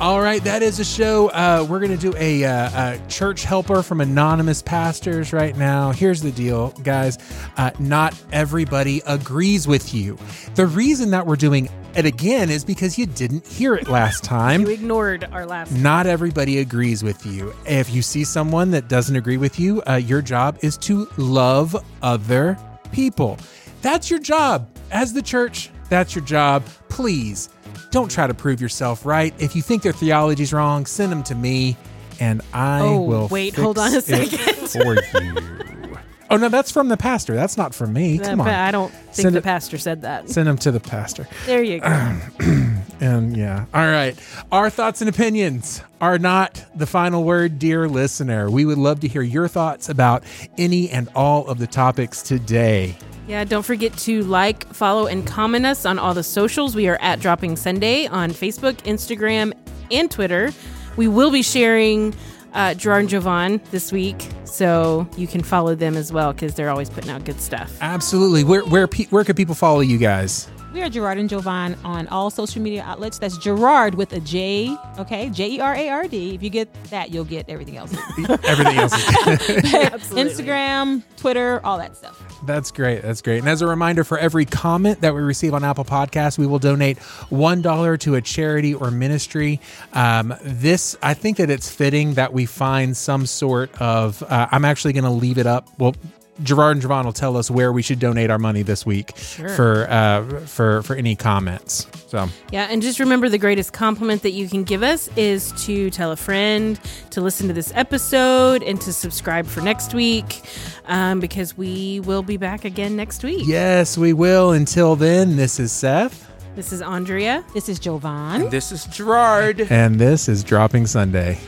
Speaker 1: All right, that is a show. Uh, we're going to do a, uh, a church helper from anonymous pastors right now. Here's the deal, guys. Uh, not everybody agrees with you. The reason that we're doing it again is because you didn't hear it last time.
Speaker 2: You ignored our last.
Speaker 1: Not everybody agrees with you. If you see someone that doesn't agree with you, uh, your job is to love other people. That's your job. As the church, that's your job. Please don't try to prove yourself right. If you think their theology's wrong, send them to me and I
Speaker 2: Oh,
Speaker 1: will
Speaker 2: wait,
Speaker 1: fix
Speaker 2: hold on a
Speaker 1: it
Speaker 2: second.
Speaker 1: for you. Oh no, that's from the pastor. That's not from me. Come on.
Speaker 2: But I don't think
Speaker 1: Send
Speaker 2: the
Speaker 1: it-
Speaker 2: pastor said that.
Speaker 1: Send them to the pastor.
Speaker 2: There you go.
Speaker 1: And yeah. All right. Our thoughts and opinions are not the final word, dear listener. We would love to hear your thoughts about any and all of the topics today.
Speaker 2: Yeah, don't forget to like, follow, and comment us on all the socials. We are at Dropping Sunday on Facebook, Instagram, and Twitter. We will be sharing uh, Gerard and Jovan this week, so you can follow them as well because they're always putting out good stuff.
Speaker 1: Absolutely. Where where pe- where could people follow you guys?
Speaker 4: We are Gerard and Jovan on all social media outlets. That's Gerard with a J, okay? J E R A R D. If you get that, you'll get everything else
Speaker 1: Everything else. Is-
Speaker 4: Instagram, Twitter, all that stuff.
Speaker 1: That's great. That's great. And as a reminder, for every comment that we receive on Apple Podcasts, we will donate one dollar to a charity or ministry. Um, this, I think that it's fitting that we find some sort of. Uh, I'm actually going to leave it up. Well. Gerard and Javon will tell us where we should donate our money this week for uh, for for any comments. So
Speaker 2: Yeah, and just remember the greatest compliment that you can give us is to tell a friend, to listen to this episode, and to subscribe for next week um, because we will be back again next week.
Speaker 1: yes, we will. Until then, this is Seth,
Speaker 2: This is Andrea.
Speaker 4: This is Jovan.
Speaker 3: This is Gerard.
Speaker 1: and this is Dropping Sunday.